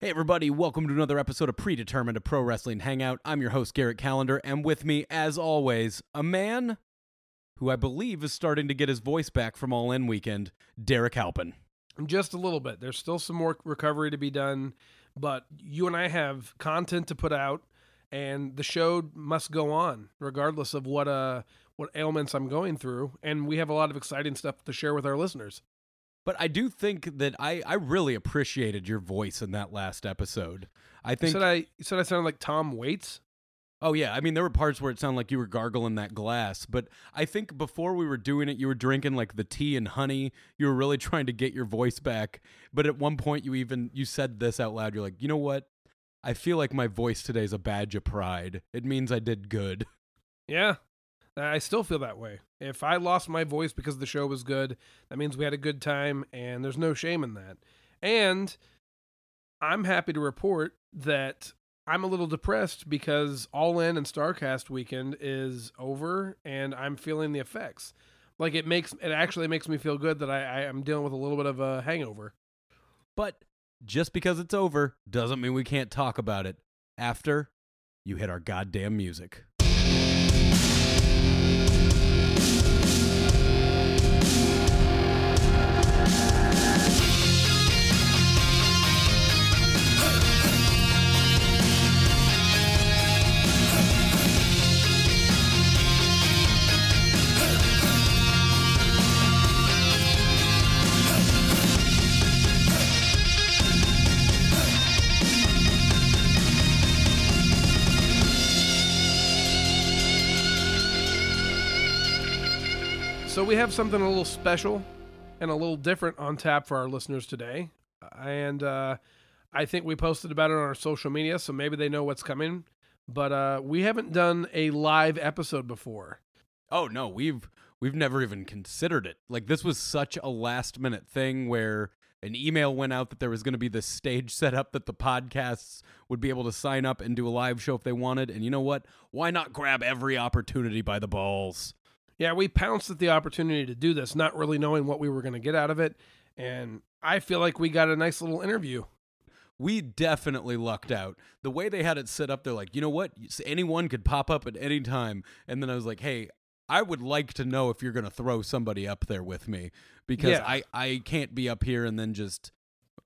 Hey, everybody, welcome to another episode of Predetermined, a pro wrestling hangout. I'm your host, Garrett Calendar, and with me, as always, a man who I believe is starting to get his voice back from All In Weekend, Derek Halpin. Just a little bit. There's still some more recovery to be done, but you and I have content to put out, and the show must go on regardless of what uh what ailments I'm going through, and we have a lot of exciting stuff to share with our listeners. But I do think that I, I really appreciated your voice in that last episode. I think, said I you said I sounded like Tom Waits. oh, yeah, I mean, there were parts where it sounded like you were gargling that glass, but I think before we were doing it, you were drinking like the tea and honey. You were really trying to get your voice back. But at one point, you even, you said this out loud. You're like, you know what? I feel like my voice today is a badge of pride. It means I did good. Yeah, I I still feel that way. If I lost my voice because the show was good, that means we had a good time, and there's no shame in that. And I'm happy to report that I'm a little depressed because All In and Starcast weekend is over, and I'm feeling the effects. Like it makes it actually makes me feel good that I, I am dealing with a little bit of a hangover. But just because it's over doesn't mean we can't talk about it after you hit our goddamn music. So we have something a little special and a little different on tap for our listeners today, and uh, I think we posted about it on our social media, so maybe they know what's coming. But uh, we haven't done a live episode before. Oh no, we've we've never even considered it. Like this was such a last minute thing where an email went out that there was going to be this stage set up that the podcasts would be able to sign up and do a live show if they wanted. And you know what? Why not grab every opportunity by the balls? Yeah, we pounced at the opportunity to do this, not really knowing what we were going to get out of it, and I feel like we got a nice little interview. we definitely lucked out. The way they had it set up, they're like, you know what? S- Anyone could pop up at any time. And then I was like, hey, I would like to know if you're going to throw somebody up there with me because Yeah. I, I can't be up here and then just,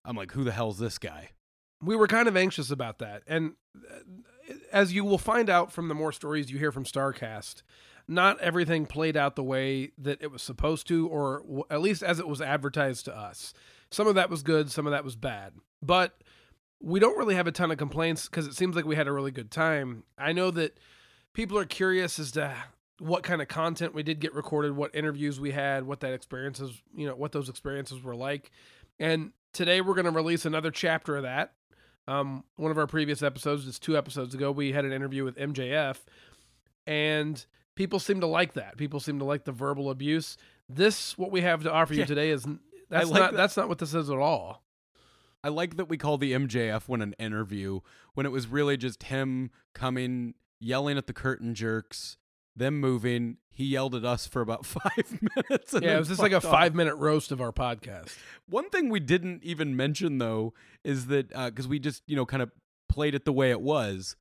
I'm like, who the hell's this guy? we were kind of anxious about that. And uh, as you will find out from the more stories you hear from StarCast, not everything played out the way that it was supposed to, or w- at least as it was advertised to us. Some of that was good, some of that was bad. But we don't really have a ton of complaints because it seems like we had a really good time. I know that people are curious as to what kind of content we did get recorded, what interviews we had, what that experiences, you know, what those experiences were like. And today we're going to release another chapter of that um, one of our previous episodes, just two episodes ago, we had an interview with MJF, and people seem to like that. People seem to like the verbal abuse. This what we have to offer you Yeah. today is that's like not that. that's not what this is at all. I like that we call the MJF when an interview, when it was really just him coming, yelling at the curtain jerks, them moving. He yelled at us for about five minutes. and Yeah, then it was just like a fucked off. five minute roast of our podcast. One thing we didn't even mention though is that because we just you know kind of played it the way it was,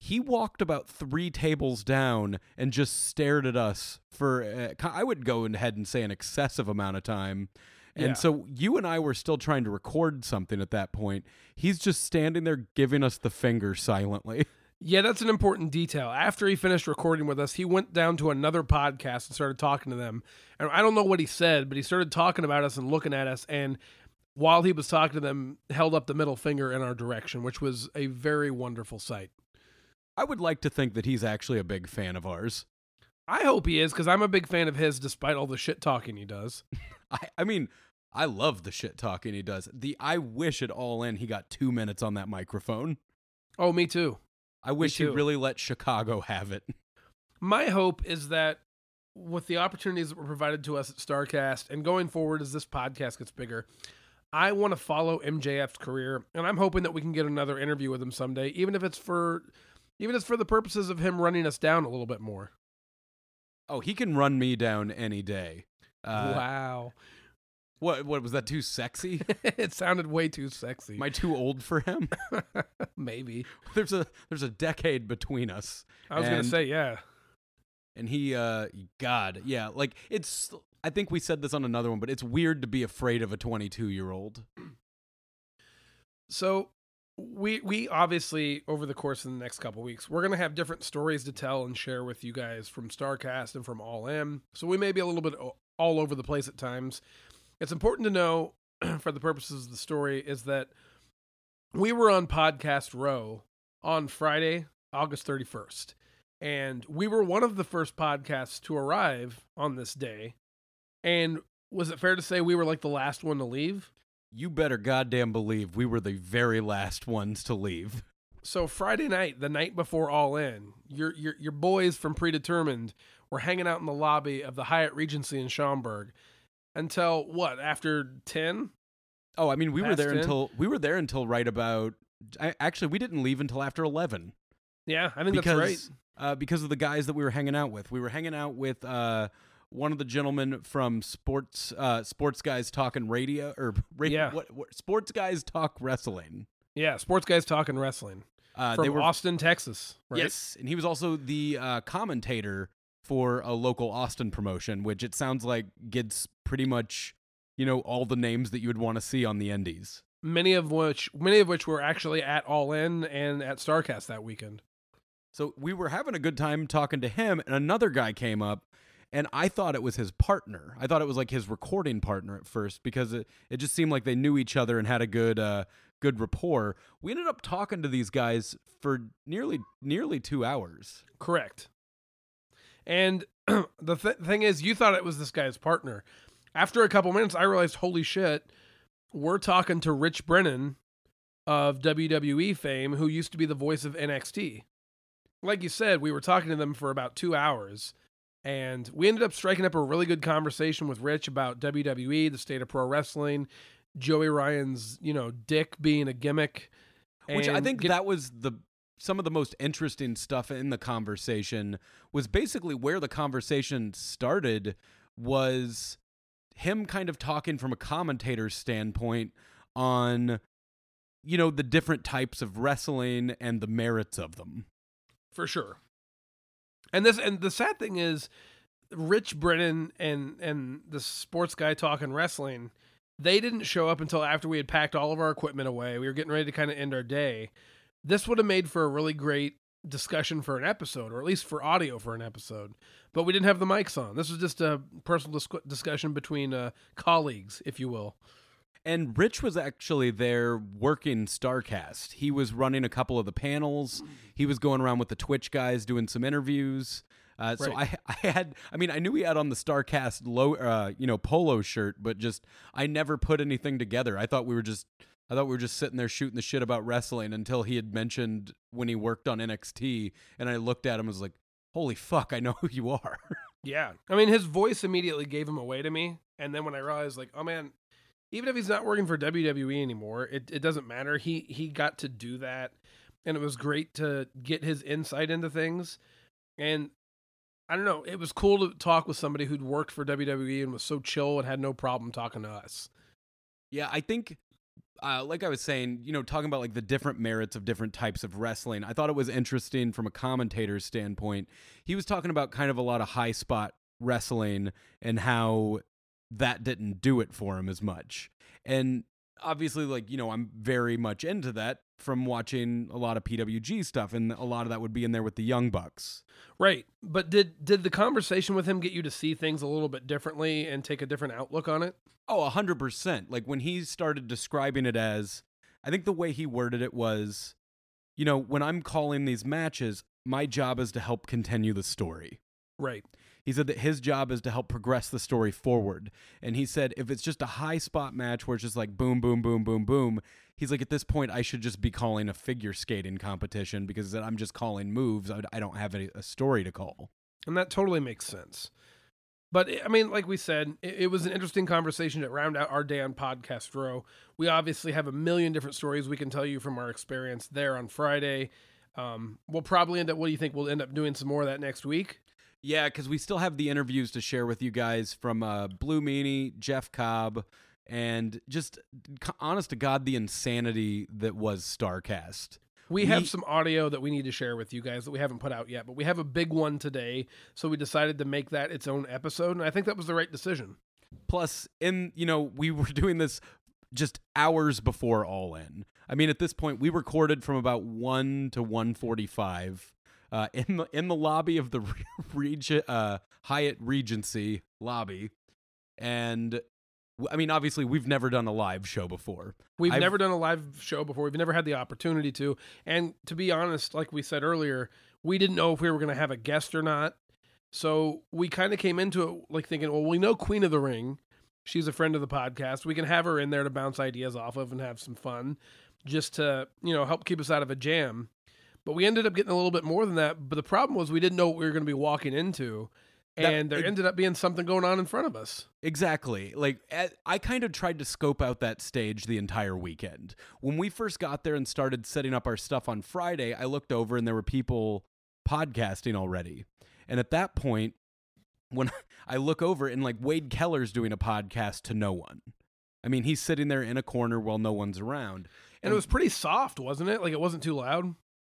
he walked about three tables down and just stared at us for uh, ki- I would go ahead and say an excessive amount of time. And Yeah. so you and I were still trying to record something at that point. He's just standing there giving us the finger silently. Yeah, that's an important detail. After he finished recording with us, he went down to another podcast and started talking to them. And I don't know what he said, but he started talking about us and looking at us. And while he was talking to them, held up the middle finger in our direction, which was a very wonderful sight. I would like to think that he's actually a big fan of ours. I hope he is because I'm a big fan of his, despite all the shit talking he does. I, I mean, I love the shit talking he does. The I wish it all in he got two minutes on that microphone. Oh, me too. I wish he too. really let Chicago have it. My hope is that with the opportunities that were provided to us at Starcast and going forward as this podcast gets bigger, I want to follow MJF's career, and I'm hoping that we can get another interview with him someday, even if it's for, even if it's for the purposes of him running us down a little bit more. Oh, he can run me down any day. Uh, wow. What? What was that? Too sexy? it sounded way too sexy. Am I too old for him? Maybe. there's a there's a decade between us. I was going And- to say, yeah. and he uh god yeah like it's i think we said this on another one but it's weird to be afraid of a 22 year old So we we obviously over the course of the next couple weeks, we're going to have different stories to tell and share with you guys from Starcast and from All M. So we may be a little bit o- all over the place at times. It's important to know for the purposes of the story is that we were on Podcast Row on Friday, August 31st. And we were one of the first podcasts to arrive on this day. And was it fair to say we were like the last one to leave? you better goddamn believe we were the very last ones to leave So Friday night, the night before All In, your your your boys from Predetermined were hanging out in the lobby of the Hyatt Regency in Schaumburg until what? After ten? oh i mean we were Passed there in? until we were there until right about I, actually we didn't leave until after 11 Yeah, I think because that's right. uh, because of the guys that we were hanging out with we were hanging out with uh one of the gentlemen from sports uh sports guys talking radio or radio, Yeah. what, what sports guys talk wrestling Yeah, sports guys talking wrestling uh from they were Austin, Texas. Right? Yes, and he was also the uh, commentator for a local Austin promotion, which it sounds like gets pretty much, you know, all the names that you would want to see on the Indies. many of which many of which were actually at All In and at Starcast that weekend. So we were having a good time talking to him, and another guy came up, and I thought it was his partner. I thought it was like his recording partner at first because it, it just seemed like they knew each other and had a good uh, good rapport. We ended up talking to these guys for nearly nearly two hours. Correct. And the th- thing is, you thought it was this guy's partner. After a couple minutes, I realized, holy shit, we're talking to Rich Brennan of WWE fame, who used to be the voice of NXT. Like you said, we were talking to them for about two hours, and we ended up striking up a really good conversation with Rich about WWE, the state of pro wrestling, Joey Ryan's, you know, dick being a gimmick. which I and think get- that was the some of the most interesting stuff in the conversation was basically where the conversation started was him kind of talking from a commentator's standpoint on you know the different types of wrestling and the merits of them. for sure. And this and the sad thing is, Rich Brennan and and the sports guy talking wrestling, they didn't show up until after we had packed all of our equipment away. We were getting ready to kind of end our day. This would have made for a really great discussion for an episode, or at least for audio for an episode. But we didn't have the mics on. This was just a personal dis- discussion between uh, colleagues, if you will. And Rich was actually there working Starcast. He was running a couple of the panels. He was going around with the Twitch guys doing some interviews. Uh, So I, I had, I mean, I knew he had on the Starcast low, uh, you know, polo shirt, but just I never put anything together. I thought we were just, I thought we were just sitting there shooting the shit about wrestling until he had mentioned when he worked on NXT, and I looked at him and was like, "Holy fuck, I know who you are." Yeah. I mean, his voice immediately gave him away to me. And then when I realized, like, oh man, even if he's not working for WWE anymore, it, it doesn't matter. He he got to do that. And it was great to get his insight into things. And I don't know, it was cool to talk with somebody who'd worked for WWE and was so chill and had no problem talking to us. Yeah, I think, uh, like I was saying, you know, talking about like the different merits of different types of wrestling, I thought it was interesting from a commentator's standpoint. He was talking about kind of a lot of high spot wrestling and how that didn't do it for him as much. And obviously, like, you know, I'm very much into that from watching a lot of PWG stuff, and a lot of that would be in there with the Young Bucks. Right. But did did the conversation with him get you to see things a little bit differently and take a different outlook on it? Oh, a hundred percent. Like when he started describing it as, I think the way he worded it was, you know, when I'm calling these matches, my job is to help continue the story. Right. He said that his job is to help progress the story forward. And he said, if it's just a high spot match where it's just like boom, boom, boom, boom, boom, he's like, at this point, I should just be calling a figure skating competition because I'm just calling moves. I I don't have any, a story to call. And that totally makes sense. But I mean, like we said, it, it was an interesting conversation to round out our day on Podcast Row. We obviously have a million different stories we can tell you from our experience there on Friday. Um, we'll probably end up, what do you think? We'll end up doing some more of that next week. Yeah, because we still have the interviews to share with you guys from uh, Blue Meanie, Jeff Cobb, and just c- honest to God, the insanity that was Starcast. We, We- have some audio that we need to share with you guys that we haven't put out yet, but we have a big one today, so we decided to make that its own episode, and I think that was the right decision. Plus, in you know, we were doing this just hours before All In. I mean, at this point, we recorded from about one to one forty-five uh, in the in the lobby of the Reg- uh, Hyatt Regency lobby, and w- I mean, obviously, we've never done a live show before. We've I've- never done a live show before. We've never had the opportunity to. And to be honest, like we said earlier, we didn't know if we were going to have a guest or not. So we kind of came into it like thinking, well, we know Queen of the Ring. She's a friend of the podcast. We can have her in there to bounce ideas off of and have some fun just to, you know, help keep us out of a jam. But we ended up getting a little bit more than that. But the problem was we didn't know what we were going to be walking into. That- And there ended up being something going on in front of us. Exactly. Like a- I kind of tried to scope out that stage the entire weekend. When we first got there and started setting up our stuff on Friday, I looked over and there were people podcasting already. And at that point, when I look over and like Wade Keller's doing a podcast to no one. I mean, he's sitting there in a corner while no one's around. And it was pretty soft, wasn't it? Like it wasn't too loud.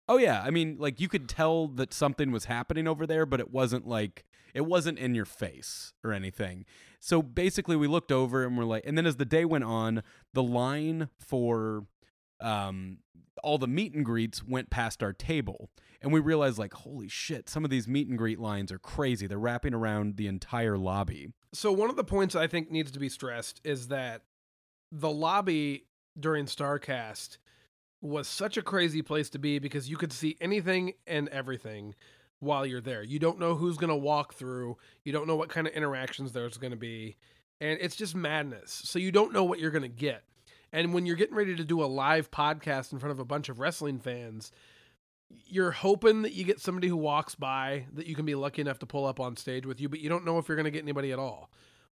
Oh yeah, I mean, like you could tell that something was happening over there, but it wasn't like it wasn't in your face or anything. So basically, we looked over and we're like, and then as the day went on, the line for um, all the meet and greets went past our table, and we realized like, holy shit, some of these meet and greet lines are crazy. They're wrapping around the entire lobby. So one of the points I think needs to be stressed is that the lobby during Starcast was such a crazy place to be because you could see anything and everything while you're there. You don't know who's going to walk through, you don't know what kind of interactions there's going to be, and it's just madness. So you don't know what you're going to get. And when you're getting ready to do a live podcast in front of a bunch of wrestling fans, you're hoping that you get somebody who walks by that you can be lucky enough to pull up on stage with you, but you don't know if you're going to get anybody at all.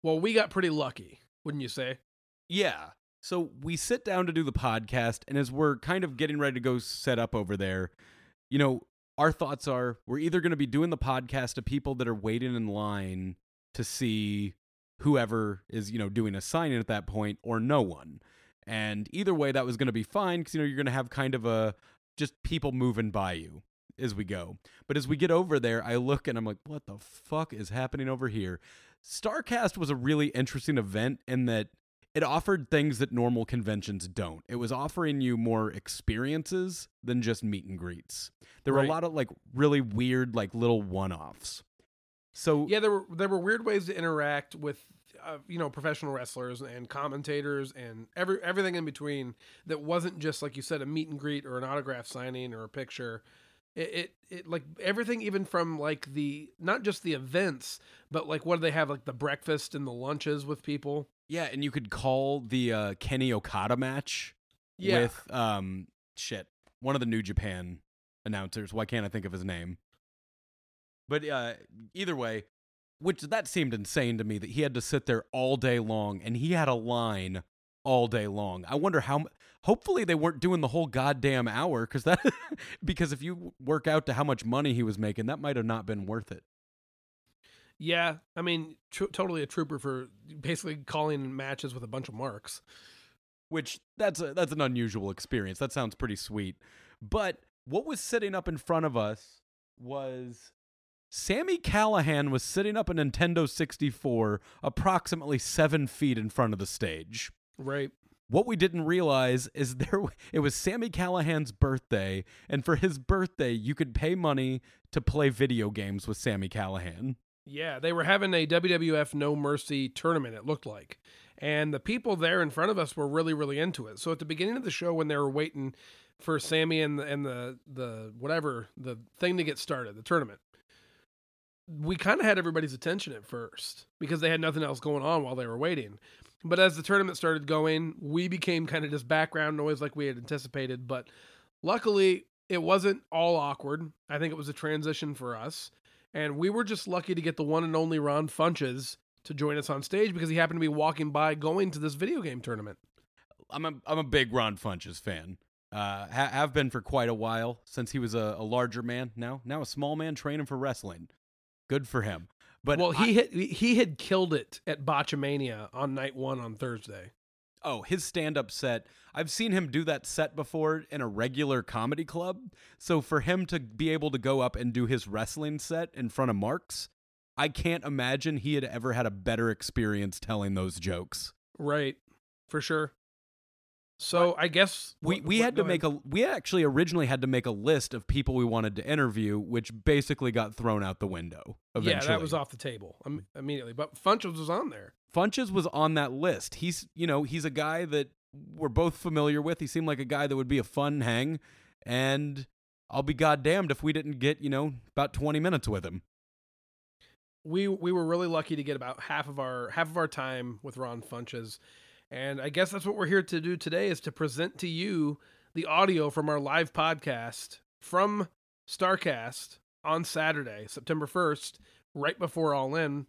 Well, we got pretty lucky, wouldn't you say? Yeah. So we sit down to do the podcast, and as we're kind of getting ready to go set up over there, you know, our thoughts are we're either going to be doing the podcast to people that are waiting in line to see whoever is, you know, doing a sign in at that point or no one. And either way, that was going to be fine because, you know, you're going to have kind of a just people moving by you as we go. But as we get over there, I look and I'm like, what the fuck is happening over here? StarCast was a really interesting event in that it offered things that normal conventions don't. It was offering you more experiences than just meet and greets. There were Right. a lot of like really weird, like little one offs. So Yeah, there were there were weird ways to interact with uh, you know professional wrestlers and commentators and every everything in between that wasn't just like you said a meet and greet or an autograph signing or a picture. It, it it like everything even from like the not just the events but like what do they have like the breakfast and the lunches with people. yeah, and you could call the uh, Kenny Okada match with um shit one of the New Japan announcers. Why can't I think of his name? But uh, either way, which that seemed insane to me that he had to sit there all day long and he had a line all day long. I wonder how. mu- Hopefully they weren't doing the whole goddamn hour because that because if you work out to how much money he was making, that might have not been worth it. Yeah, I mean, tr- totally a trooper for basically calling matches with a bunch of marks. which that's a, that's an unusual experience. That sounds pretty sweet. But what was sitting up in front of us was Sammy Callahan was sitting up a Nintendo 64 approximately 7 feet in front of the stage. Right. What we didn't realize is there w- it was Sammy Callahan's birthday and for his birthday you could pay money to play video games with Sammy Callahan. Yeah, they were having a WWF No Mercy tournament, it looked like. And the people there in front of us were really, really into it. So at the beginning of the show, when they were waiting for Sammy and the, and the, the whatever, the thing to get started, the tournament, we kind of had everybody's attention at first because they had nothing else going on while they were waiting. But as the tournament started going, we became kind of just background noise like we had anticipated. But luckily, it wasn't all awkward. I think it was a transition for us. And we were just lucky to get the one and only Ron Funches to join us on stage because he happened to be walking by going to this video game tournament. I'm a I'm a big Ron Funches fan. Uh, ha- have been for quite a while since he was a, a larger man. Now now a small man training for wrestling. Good for him. But well, I- he had he had killed it at Botchamania on night one on Thursday. oh, his stand up set, I've seen him do that set before in a regular comedy club. So for him to be able to go up and do his wrestling set in front of Marks, I can't imagine he had ever had a better experience telling those jokes. Right. For sure. So I guess We what- we what- had to go make ahead. a we actually originally had to make a list of people we wanted to interview, which basically got thrown out the window eventually. yeah that was off the table im- immediately, but Funchals was on there. Funches was on that list. He's, you know, he's a guy that we're both familiar with. He seemed like a guy that would be a fun hang, and I'll be goddamned if we didn't get, you know, about 20 minutes with him. we we were really lucky to get about half of our half of our time with Ron Funches, and I guess that's what we're here to do today is to present to you the audio from our live podcast from Starcast on Saturday, September first, right before All In,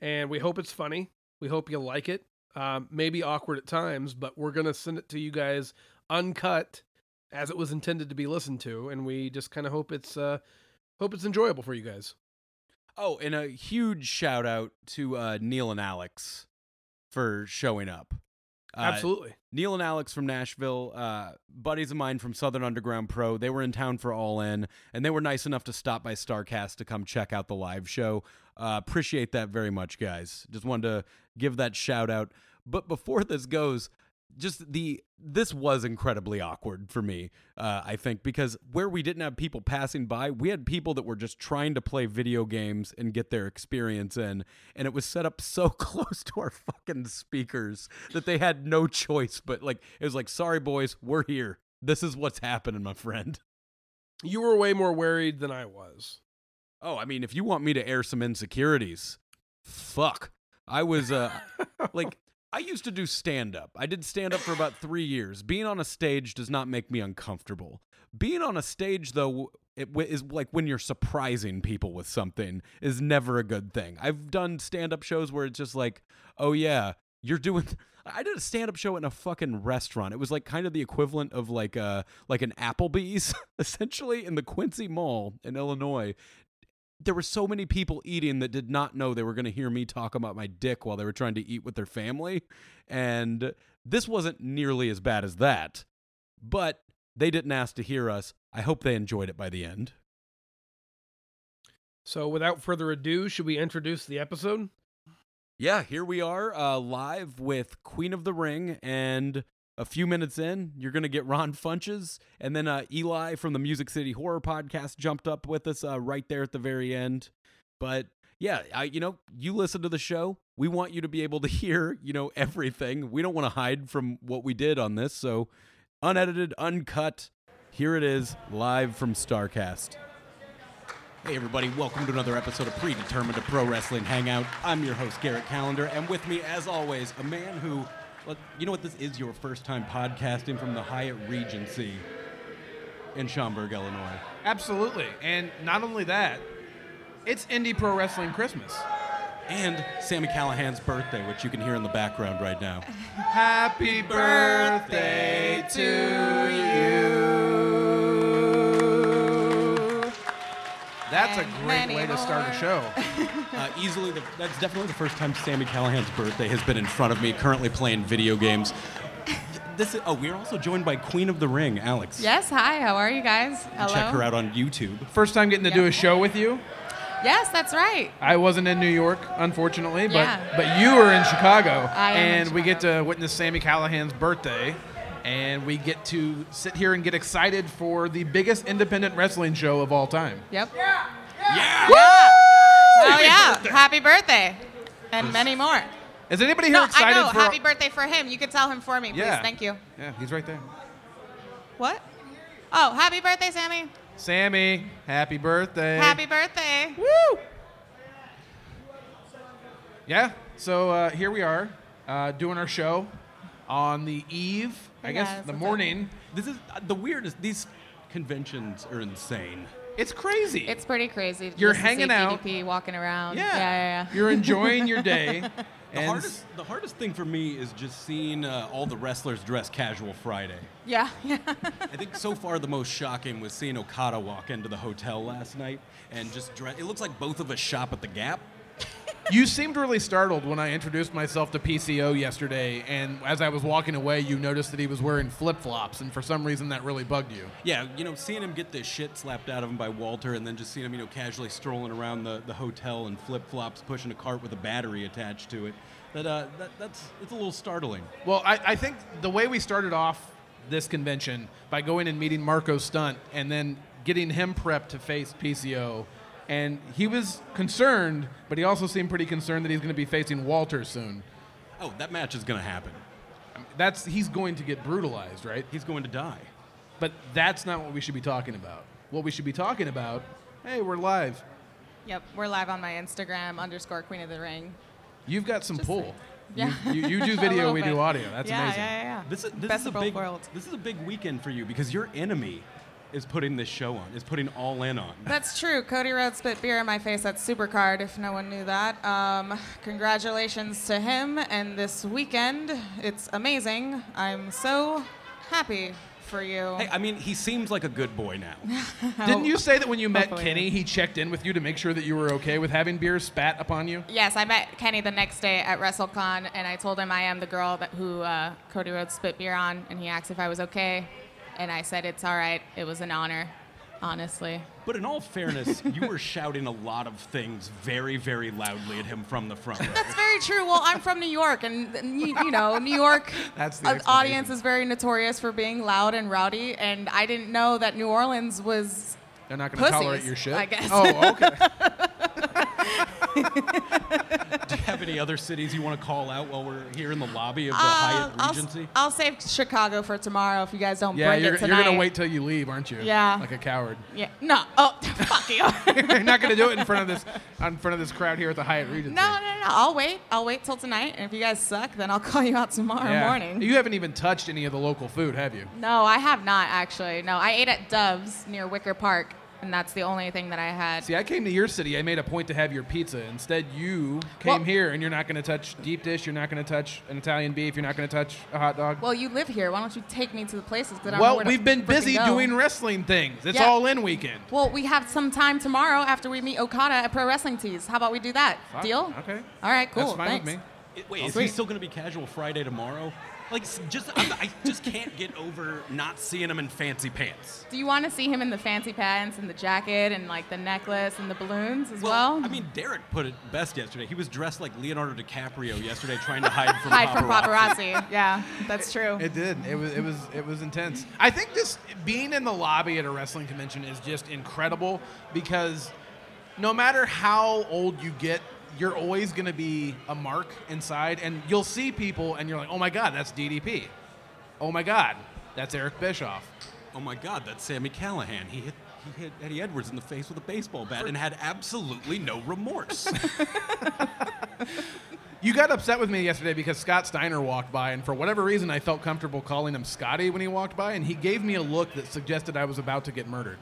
and we hope it's funny. We hope you like it. Um, maybe awkward at times, but we're gonna send it to you guys uncut as it was intended to be listened to, and we just kind of hope it's uh, hope it's enjoyable for you guys. Oh, and a huge shout out to uh, Neil and Alex for showing up. Uh, Absolutely. Neil and Alex from Nashville, uh, buddies of mine from Southern Underground Pro, they were in town for All In, and they were nice enough to stop by Starcast to come check out the live show. Uh, appreciate that very much, guys. Just wanted to give that shout out. But before this goes, just the this was incredibly awkward for me, uh, I think, because where we didn't have people passing by, we had people that were just trying to play video games and get their experience in, and it was set up so close to our fucking speakers that they had no choice but like it was like, sorry boys, we're here. This is what's happening, my friend. You were way more worried than I was. Oh, I mean, if you want me to air some insecurities, fuck. I was uh like I used to do stand up. I did stand up for about 3 years. Being on a stage does not make me uncomfortable. Being on a stage though it w- is like when you're surprising people with something is never a good thing. I've done stand up shows where it's just like, "Oh yeah, you're doing I did a stand up show in a fucking restaurant. It was like kind of the equivalent of like uh like an Applebee's essentially in the Quincy Mall in Illinois there were so many people eating that did not know they were going to hear me talk about my dick while they were trying to eat with their family. And this wasn't nearly as bad as that, but they didn't ask to hear us. I hope they enjoyed it by the end. So, without further ado, should we introduce the episode? Yeah, here we are uh, live with Queen of the Ring. And a few minutes in, you're going to get Ron Funches. And then uh, Eli from the Music City Horror Podcast jumped up with us uh, right there at the very end. But yeah, I, you know, you listen to the show. We want you to be able to hear, you know, everything. We don't want to hide from what we did on this. So unedited, uncut. Here it is, live from StarCast. Hey, everybody, welcome to another episode of Predetermined, a pro wrestling hangout. I'm your host, Garrett Calendar, and with me, as always, a man who, look, you know what, this is your first time podcasting from the Hyatt Regency in Schaumburg, Illinois. Absolutely. And not only that, it's Indie Pro Wrestling Christmas. And Sammy Callahan's birthday, which you can hear in the background right now. Happy birthday to you. That's a And great many way to start a more. show. Uh, easily, the, that's definitely the first time Sammy Callahan's birthday has been in front of me, currently playing video games. This is, oh, we're also joined by Queen of the Ring, Alex. Yes, hi, how are you guys? Hello. Check her out on YouTube. First time getting to do Yeah. a show with you. Yes, that's right. I wasn't in New York, unfortunately, but Yeah. but you were in Chicago, I am in and we get Chicago. to witness Sammy Callahan's birthday, and we get to sit here and get excited for the biggest independent wrestling show of all time. Yep. Yeah. Yeah. Oh yeah. Happy birthday. And many more. Is anybody here No, I excited know. for? Happy birthday for him. You could tell him for me, please. Yeah. Thank you. yeah, he's right there. What? Oh, happy birthday, Sammy. Sammy, happy birthday. Happy birthday. Woo! Yeah. So uh, here we are, uh, doing our show on the eve, I Hey guess, guys, what's the up? morning. This is uh, the weirdest. These conventions are insane. It's crazy. It's pretty crazy. You're just to hanging see out. PDP walking around. yeah. Yeah, yeah, yeah. You're enjoying your day. The and hardest, the hardest thing for me is just seeing uh, all the wrestlers dress casual Friday. yeah, yeah. I think so far the most shocking was seeing Okada walk into the hotel last night and just dress. It looks like both of us shop at the Gap. You seemed really startled when I introduced myself to PCO yesterday, and as I was walking away, you noticed that he was wearing flip flops, and for some reason that really bugged you. Yeah, you know, seeing him get the shit slapped out of him by Walter and then just seeing him, you know, casually strolling around the, the hotel in flip flops, pushing a cart with a battery attached to it. That, uh, that that's it's a little startling. Well, I, I think the way we started off this convention by going and meeting Marco Stunt and then getting him prepped to face PCO, and he was concerned, but he also seemed pretty concerned that he's going to be facing Walter soon. Oh, that match is gonna happen. That's he's going to get brutalized, right? He's going to die. But that's not what we should be talking about. What we should be talking about, hey, we're live. Yep, we're live on my Instagram underscore Queen of the Ring. You've got some pull. Yeah. You, you, you do A video, little we bit. do audio. That's yeah, amazing. Yeah, yeah, yeah. This is this Best is a of both big worlds. this is a big weekend for you because your enemy is putting this show on. Is putting all in on. That's true. Cody Rhodes spit beer in my face at Supercard, if no one knew that. Um, congratulations to him and this weekend. It's amazing. I'm so happy for you. Hey, I mean, he seems like a good boy now. Didn't you say that when you met Hopefully. Kenny, he checked in with you to make sure that you were okay with having beer spat upon you? Yes, I met Kenny the next day at WrestleCon, and I told him I am the girl that who uh, Cody Rhodes spit beer on, and he asked if I was okay, and I said it's all right. It was an honor, honestly. But in all fairness, you were shouting a lot of things very, very loudly at him from the front row. That's very true. Well, I'm from New York, and and you, you know, New York That's the uh, explanation. audience is very notorious for being loud and rowdy, and I didn't know that New Orleans was. They're not going to tolerate Pussies, your shit. I guess. Oh, okay. Do you have any other cities you want to call out while we're here in the lobby of the Uh, Hyatt I'll, s- Regency? I'll save Chicago for tomorrow if you guys don't yeah, bring you're, it you're tonight. going to wait till you leave, aren't you? Yeah. Like a coward. Yeah. No. Oh, fuck you. no, you're not going to do it in front of this in front of this crowd here at the Hyatt Regency. no, no, no. I'll wait. I'll wait till tonight, and if you guys suck, then I'll call you out tomorrow Yeah. morning. You haven't even touched any of the local food, have you? no, I have not actually. No, I ate at Dove's near Wicker Park, and that's the only thing that I had. See, I came to your city. I made a point to have your pizza. Instead, you came Well- here and you're not going to touch deep dish. You're not going to touch an Italian beef. You're not going to touch a hot dog. Well, you live here. Why don't you take me to the places that I'm? Well, we've been busy doing wrestling things. It's Yeah. all in weekend. Well, we have some time tomorrow after we meet Okada at Pro Wrestling Tees. How about we do that? Fine. Deal? Okay. All right. Cool. That's fine Thanks. with me. It- Wait, is he Sweet. still going to be casual Friday tomorrow? Like, s- just I'm, I just can't get over not seeing him in fancy pants. Do you want to see him in the fancy pants and the jacket and like the necklace and the balloons as well? I mean, Derek put it best yesterday. He was dressed like Leonardo DiCaprio yesterday, trying to hide from hide paparazzi. from paparazzi. yeah, that's true. It did. It was. It was. It was intense. I think just being in the lobby at a wrestling convention is just incredible because no matter how old you get, you're always going to be a mark inside, and you'll see people, and you're like, "Oh my God, that's DDP. Oh my God, that's Eric Bischoff." Oh my God, that's Sammy Callahan. He hit he hit Eddie Edwards in the face with a baseball bat and had absolutely no remorse. You got upset with me yesterday because Scott Steiner walked by, and for whatever reason, I felt comfortable calling him Scotty when he walked by, and he gave me a look that suggested I was about to get murdered.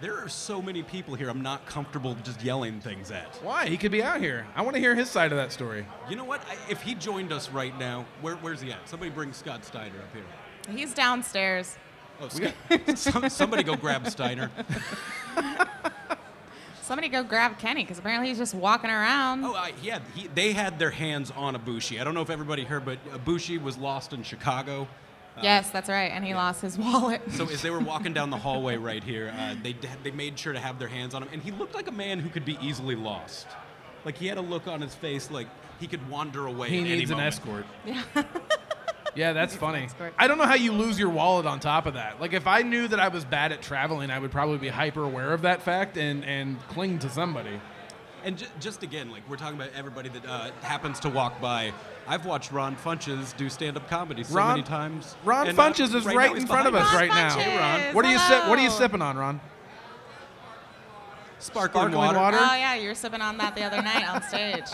there are so many people here. I'm not comfortable just yelling things at. Why? He could be out here. I want to hear his side of that story. You know what? I, if he joined us right now, where, where's he at? Somebody bring Scott Steiner up here. He's downstairs. Oh, Scott, some, somebody go grab Steiner. Somebody go grab Kenny because apparently he's just walking around. Oh, I, yeah. He, they had their hands on Ibushi. I don't know if everybody heard, but Ibushi was lost in Chicago. yes, that's right. And he lost his wallet. So as they were walking down the hallway right here, uh, they d- they made sure to have their hands on him, and he looked like a man who could be easily lost. Like he had a look on his face, like he could wander away. He at any needs an moment. escort. Yeah. yeah, that's funny. escort. I don't know how you lose your wallet on top of that. Like, if I knew that I was bad at traveling, I would probably be hyper aware of that fact and, and cling to somebody. And j- just again, like we're talking about everybody that uh, happens to walk by. I've watched Ron Funches do stand-up comedy so Ron- many times. Ron And, uh, Funches is right, now in he's front of behind us Ron right now. Funches, Hey, Ron. What are you si- What are you hello. sipping on, Ron? Sparkling, Sparkling water. water. Oh yeah, you were sipping on that the other night on stage.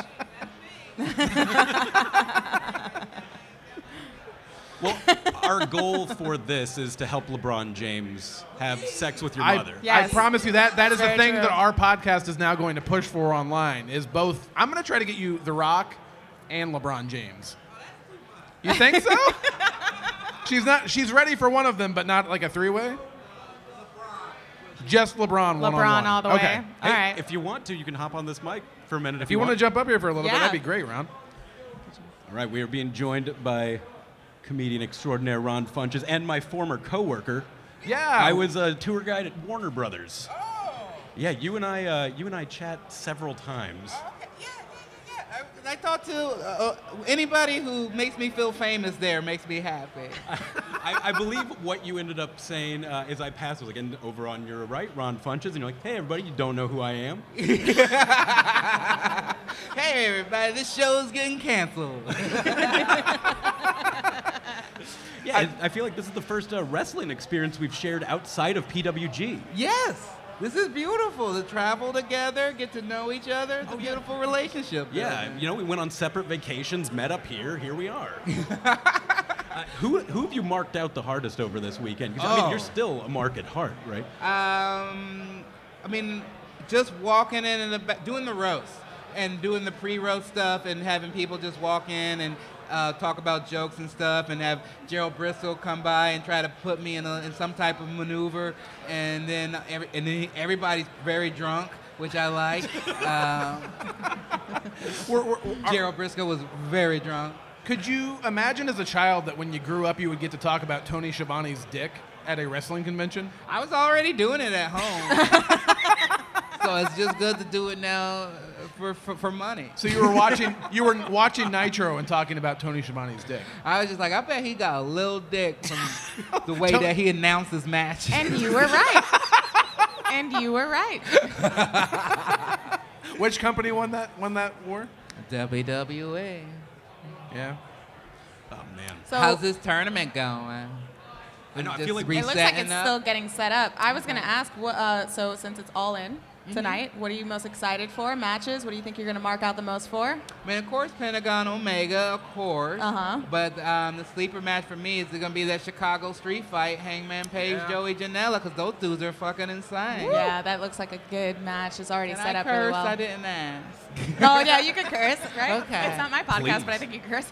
Well, our goal for this is to help LeBron James have sex with your mother. Yeah. Yes. I promise you that that is the Very thing true. that our podcast is now going to push for online is both. I'm going to try to get you The Rock and LeBron James. You think so? she's not. She's ready for one of them, but not like a three way. Just LeBron. LeBron all the way. Okay. All right. If you want to, you can hop on this mic for a minute. If, If you want to jump up here for a little bit, Yeah. that'd be great, Ron. All right, we are being joined by comedian extraordinaire Ron Funches and my former coworker. Yeah. I was a tour guide at Warner Brothers. Oh. Yeah, you and I, uh, you and I chat several times. Okay, yeah, yeah, yeah, yeah. I, I thought too. Uh, uh, anybody who makes me feel famous there makes me happy. I, I believe what you ended up saying uh, is I passed was again over on your right, Ron Funches, and you're like, "Hey, everybody, you don't know who I am." hey, everybody, this show is getting canceled. Yeah, I, I feel like this is the first uh, wrestling experience we've shared outside of PWG. yes, this is beautiful to travel together, get to know each other. It's a beautiful relationship. Yeah, you know, we went on separate vacations, met up here. Here we are. Uh, who, who have you marked out the hardest over this weekend? 'Cause, I mean, Oh. you're still a mark at heart, right? Um, I mean, just walking in and the, ba- doing the roast and doing the pre-roast stuff and having people just walk in and uh, talk about jokes and stuff and have Gerald Bristol come by and try to put me in, a, in some type of maneuver and then every, and then everybody's very drunk. Which I like. Um, Gerald Briscoe was very drunk. Could you imagine as a child that when you grew up, you would get to talk about Tony Schiavone's dick at a wrestling convention? I was already doing it at home, so it's just good to do it now uh, for, for, for money. So you were watching you were watching Nitro and talking about Tony Schiavone's dick. I was just like, I bet he got a little dick from the way that he announced his match. And you were right. and you were right. Which company won that won that war? WWE. Yeah. Oh man, So How's this tournament going? I know. I Just feel like re- it looks like setting it's up? still getting set up. I was going to ask, what, uh, so since it's all in Mm-hmm. tonight, what are you most excited for? Matches? What do you think you're going to mark out the most for? I mean, of course, Pentagon Omega, of course. Uh-huh. But um, the sleeper match for me is going to be that Chicago street fight, Hangman Page, Joey Janela, because those dudes are fucking insane. Yeah, that looks like a good match. It's already Can set I up curse? really well. I didn't ask. Oh yeah, you could curse, right? Okay. It's not my podcast, Please. but I think you curse.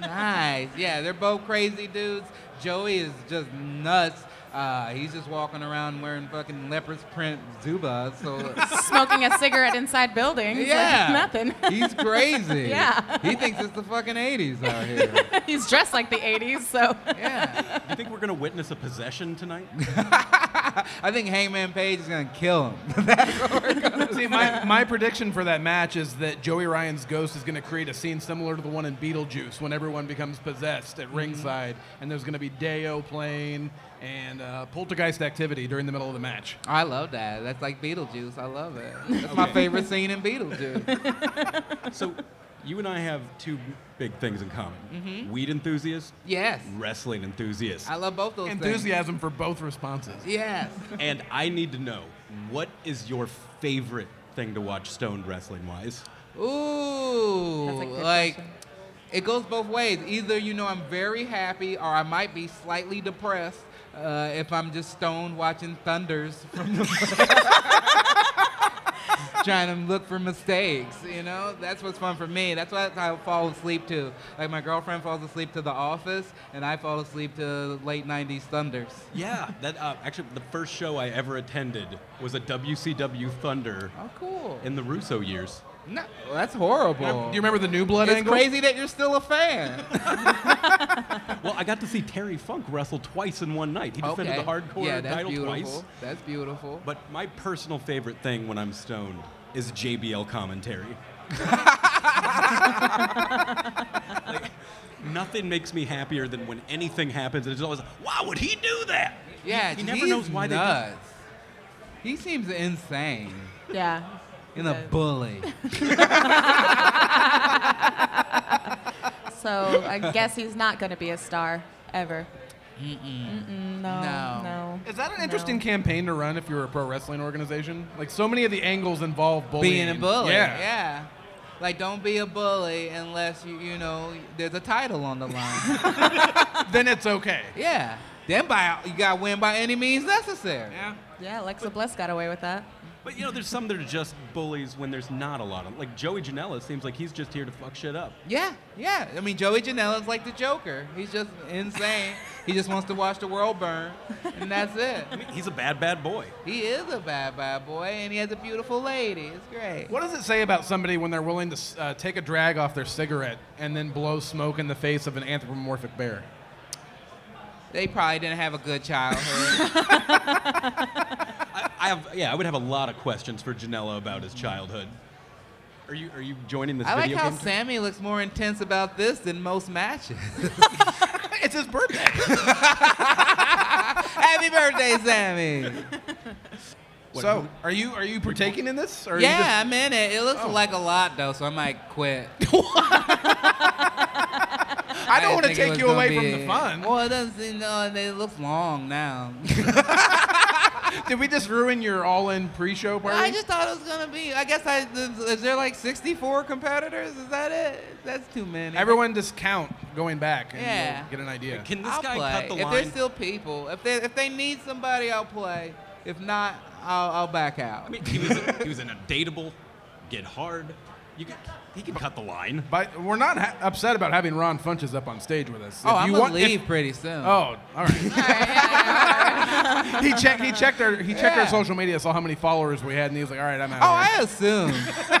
nice. Yeah, they're both crazy dudes. Joey is just nuts. Uh, he's just walking around wearing fucking leopard's print Zubas. So Smoking a cigarette inside buildings. like Yeah. nothing. He's crazy. Yeah. He thinks it's the fucking 80s out here. He's dressed like the 80s, so Yeah. do you think we're gonna witness a possession tonight? I think Hangman Page is going to kill him. See, my, my prediction for that match is that Joey Ryan's ghost is going to create a scene similar to the one in Beetlejuice when everyone becomes possessed at ringside, and there's going to be Deo playing and uh, poltergeist activity during the middle of the match. I love that. That's like Beetlejuice. I love it. That's my favorite scene in Beetlejuice. so, you and I have two big things in common: weed enthusiast, Yes. wrestling enthusiast. I love both those things. Enthusiasm for both responses. Yes. and I need to know what is your favorite thing to watch stoned wrestling wise? Ooh. That's a good Like, question. it goes both ways. Either, you know, I'm very happy or I might be slightly depressed. Uh, if I'm just stoned watching thunders from the trying to look for mistakes. You know, that's what's fun for me. That's what I fall asleep to. Like my girlfriend falls asleep to The Office, and I fall asleep to late '90s thunders. Yeah, that uh, actually the first show I ever attended was a WCW Thunder Oh, cool. in the Russo years. no, that's horrible. Do you remember the New Blood It's angle? crazy that you're still a fan. Well, I got to see Terry Funk wrestle twice in one night. He defended the hardcore yeah, that's title beautiful. twice. That's beautiful. But my personal favorite thing when I'm stoned is JBL commentary. Like, nothing makes me happier than when anything happens and it's always, why would he do that? He- yeah, he, never he's knows why they do it. nuts. He seems insane yeah. and a bully. So I guess he's not going to be a star ever. Mm-mm. no, No. no. Is that an no. interesting campaign to run if you were a pro wrestling organization? Like so many of the angles involve bullying. Being a bully. Yeah. Yeah. Like, don't be a bully unless you, you know, there's a title on the line. Then it's okay. yeah. Then by you got to win by any means necessary. Yeah, Alexa Bliss got away with that. But you know, there's some that are just bullies when there's not a lot of like Joey Janela seems like he's just here to fuck shit up. Yeah, yeah. I mean, Joey Janela's like the Joker. He's just insane. he just wants to watch the world burn, and that's it. I mean, he's a bad, bad boy. He is a bad, bad boy, and he has a beautiful lady. It's great. What does it say about somebody when they're willing to uh, take a drag off their cigarette and then blow smoke in the face of an anthropomorphic bear? They probably didn't have a good childhood. I, I have yeah, I would have a lot of questions for Janela about his childhood. Are you are you joining this I like video how game? Sammy looks more intense about this than most matches. It's his birthday. Happy birthday, Sammy. so, are you are you partaking in this? Or are you yeah, just- I'm in it. It looks Oh. like a lot though, so I might quit. I don't didn't want to think it take was you gonna away be- from the fun. Well, it doesn't seem, no, it looks long now. Did we just ruin your all-in pre-show party? I just thought it was gonna be. I guess I is, is there like 64 competitors? Is that it? That's too many. Everyone just count going back and Yeah. you'll get an idea. Can this I'll guy play. cut the if line? there's still people, if they if they need somebody, I'll play. If not, I'll, I'll back out. I mean, he was he was an undateable, get hard. You could he could cut the line. But we're not ha- upset about having Ron Funches up on stage with us. oh, If I'm you gonna want- if- leave pretty soon. oh, all right. All right, yeah, yeah. he checked. He checked our. He checked our Yeah. social media, saw how many followers we had, and he was like, "All right, I'm out." Oh, of here. I assumed.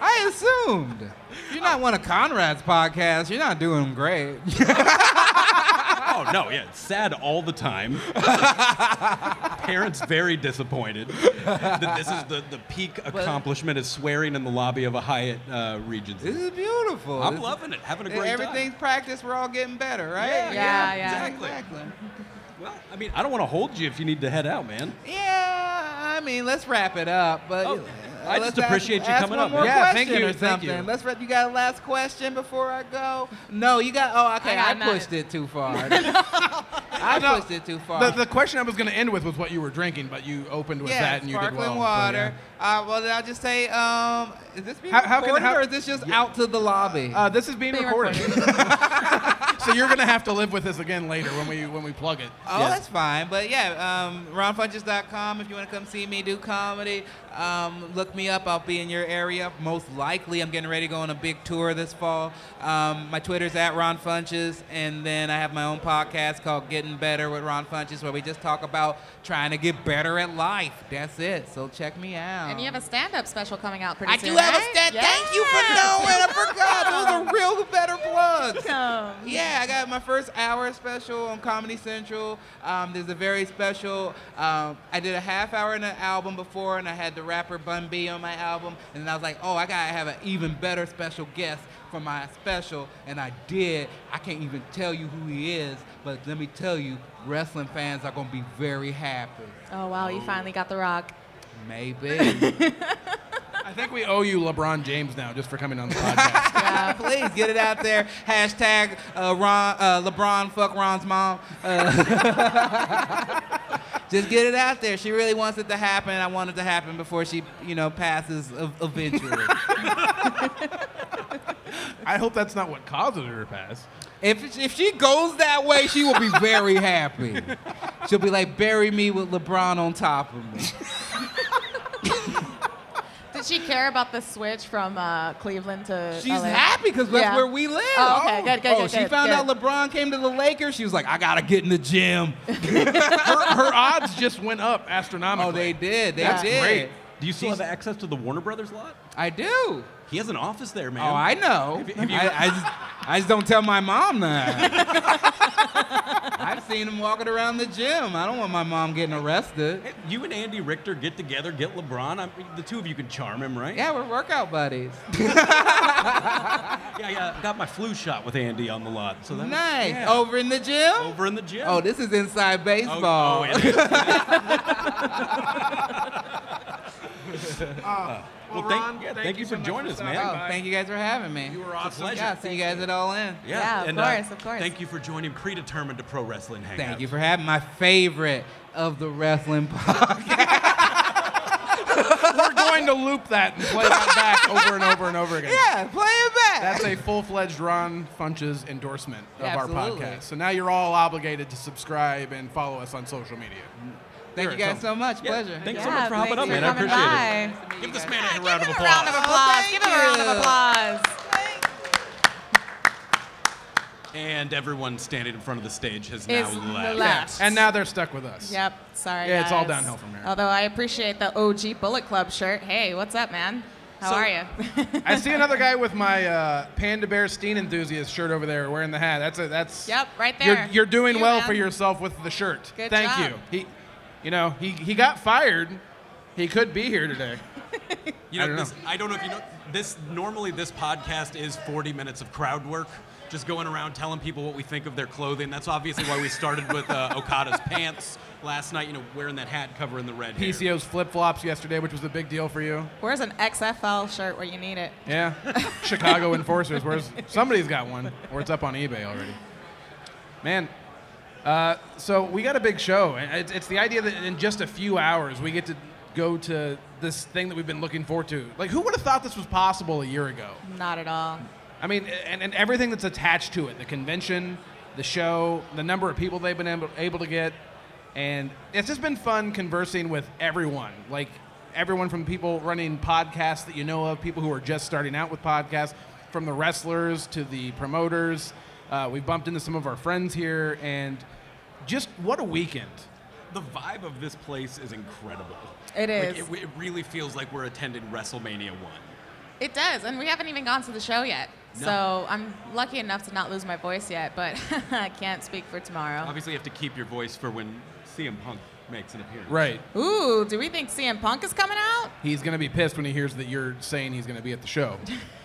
I assumed. You're not one of Conrad's podcasts. You're not doing great. Oh no, yeah, it's sad all the time. Parents very disappointed that this is the, the peak accomplishment is swearing in the lobby of a Hyatt uh, This Regency. is beautiful. I'm This is- loving it, having a great Everything's time. practice. We're all getting better, right? Yeah, Yeah, yeah, yeah. exactly. Well, I mean, I don't want to hold you if you need to head out, man. Yeah, I mean, let's wrap it up. But Oh, uh, I let's just appreciate ask, you ask coming one up, More man. Yeah, question thank you, Or thank something. you. Let's. Re- you got a last question before I go? No, you got. Oh, okay. I, I got pushed it too far. I No, pushed it too far. The, the question I was going to end with was what you were drinking, but you opened with yeah, that and you did sparkling well. so, water. yeah. uh, well, then I'll just say, um, is this being How- how can- recorded how- or is this just out to the lobby? uh, this is being, Being recorded, so you're going to have to live with this again later when we when we plug it. Oh, Yes. that's fine. But yeah, um, ronfunches.com. If you want to come see me do comedy, um, look me up. I'll be in your area. Most likely, I'm getting ready to go on a big tour this fall. Um, my Twitter's at Ron Funches. And then I have my own podcast called Getting Better with Ron Funches, where we just talk about trying to get better at life. That's it. So check me out. And you have a stand-up special coming out pretty I soon. do have a right? stat. Thank you for knowing. I forgot. Those are real better plugs. Welcome. Yeah, I got my first hour special on Comedy Central. Um, there's a very special. Um, I did a half hour in an album before, and I had the rapper Bun B on my album. And then I was like, oh, I gotta have an even better special guest for my special, and I did. I can't even tell you who he is, but let me tell you, wrestling fans are gonna be very happy. Oh wow, you finally got the rock. Maybe. I think we owe you LeBron James now just for coming on the podcast. Uh, please get it out there. Hashtag uh, Ron, uh, LeBron fuck Ron's mom. Uh, just get it out there. She really wants it to happen. I want it to happen before she, you know, passes e- eventually. I hope that's not what causes her to pass. if if she goes that way, she will be very happy. She'll be like, bury me with LeBron on top of me. Did she care about the switch from uh, Cleveland to? She's LA? happy because that's Yeah. where we live. Oh, okay. Good, good, oh, good, she good, found good. out LeBron came to the Lakers. She was like, I gotta get in the gym. Her, her odds just went up astronomically. Oh, they did. They That's did. great. Do you still have access to the Warner Brothers lot? I do. He has an office there, man. Oh, I know. If- if you- I, I, just, I just don't tell my mom that. I've seen him walking around the gym. I don't want my mom getting arrested. You and Andy Richter get together, get LeBron. I mean, the two of you can charm him, right? Yeah, we're workout buddies. Yeah, yeah. I got my flu shot with Andy on the lot. So that was- nice. yeah. Over in the gym? Over in the gym. Oh, this is inside Oh, baseball. oh, it is. Uh, Well, thank- yeah, thank you for much joining us, man. Oh, stopping by. thank you guys for having me. You It's were a awesome. pleasure. uh, Yeah, see you guys at All In. Yeah, of course, of course. Thank you for joining Predetermined to Pro Wrestling Hangout. Thank you for having my favorite of the wrestling podcast. We're going to loop that and play that back over and over and over again. yeah, play it back. That's a full fledged Ron Funches endorsement of Yeah, our absolutely. podcast. So now you're all obligated to subscribe and follow us on social media. Thank you Here, guys so- so much. Yeah, Pleasure. thanks Yeah, so much for hopping thanks up, for man. I coming appreciate it. by. Give this man a round Give him a of applause. round of applause. thank Give him a round you. of applause. And everyone standing in front of the stage has Is now left. left. And now they're stuck with us. Yep. Sorry. Yeah, it's all guys. downhill from here. Although I appreciate the OG Bullet Club shirt. Hey, what's up, man? How So- are you? I see another guy with my uh, Panda Bear Steen enthusiast shirt over there wearing the hat. That's a, that's Yep, right there. You're, you're doing You, well man. for yourself with the shirt. Good Thank job. you. He you know, he, he got fired. He could be here today. You know, I don't know. This, I don't know if you know this. Normally, this podcast is 40 minutes of crowd work, just going around telling people what we think of their clothing. That's obviously why we started with uh, Okada's pants last night. You know, wearing that hat covering the red hair. PCO's flip flops yesterday, which was a big deal for you. Where's an XFL shirt where you need it? Yeah. Chicago Enforcers. Where's somebody's got one, or it's up on eBay already. Man. Uh, so we got a big show, and it's, it's the idea that in just a few hours we get to go to this thing that we've been looking forward to. Like, who would have thought this was possible a year ago? Not at all. I mean, and, and everything that's attached to it the convention, the show, the number of people they've been able, able to get. And it's just been fun conversing with everyone. Like, everyone from people running podcasts that you know of, people who are just starting out with podcasts, from the wrestlers to the promoters. Uh, we've bumped into some of our friends here, and just what a weekend. The vibe of this place is incredible. It Like, is. it, it really feels like we're attending WrestleMania one. It does, and we haven't even gone to the show yet. No. So I'm lucky enough to not lose my voice yet, but I can't speak for tomorrow. Obviously, you have to keep your voice for when CM Punk makes an appearance. Right. Ooh, do we think CM Punk is coming out? He's going to be pissed when he hears that you're saying he's going to be at the show.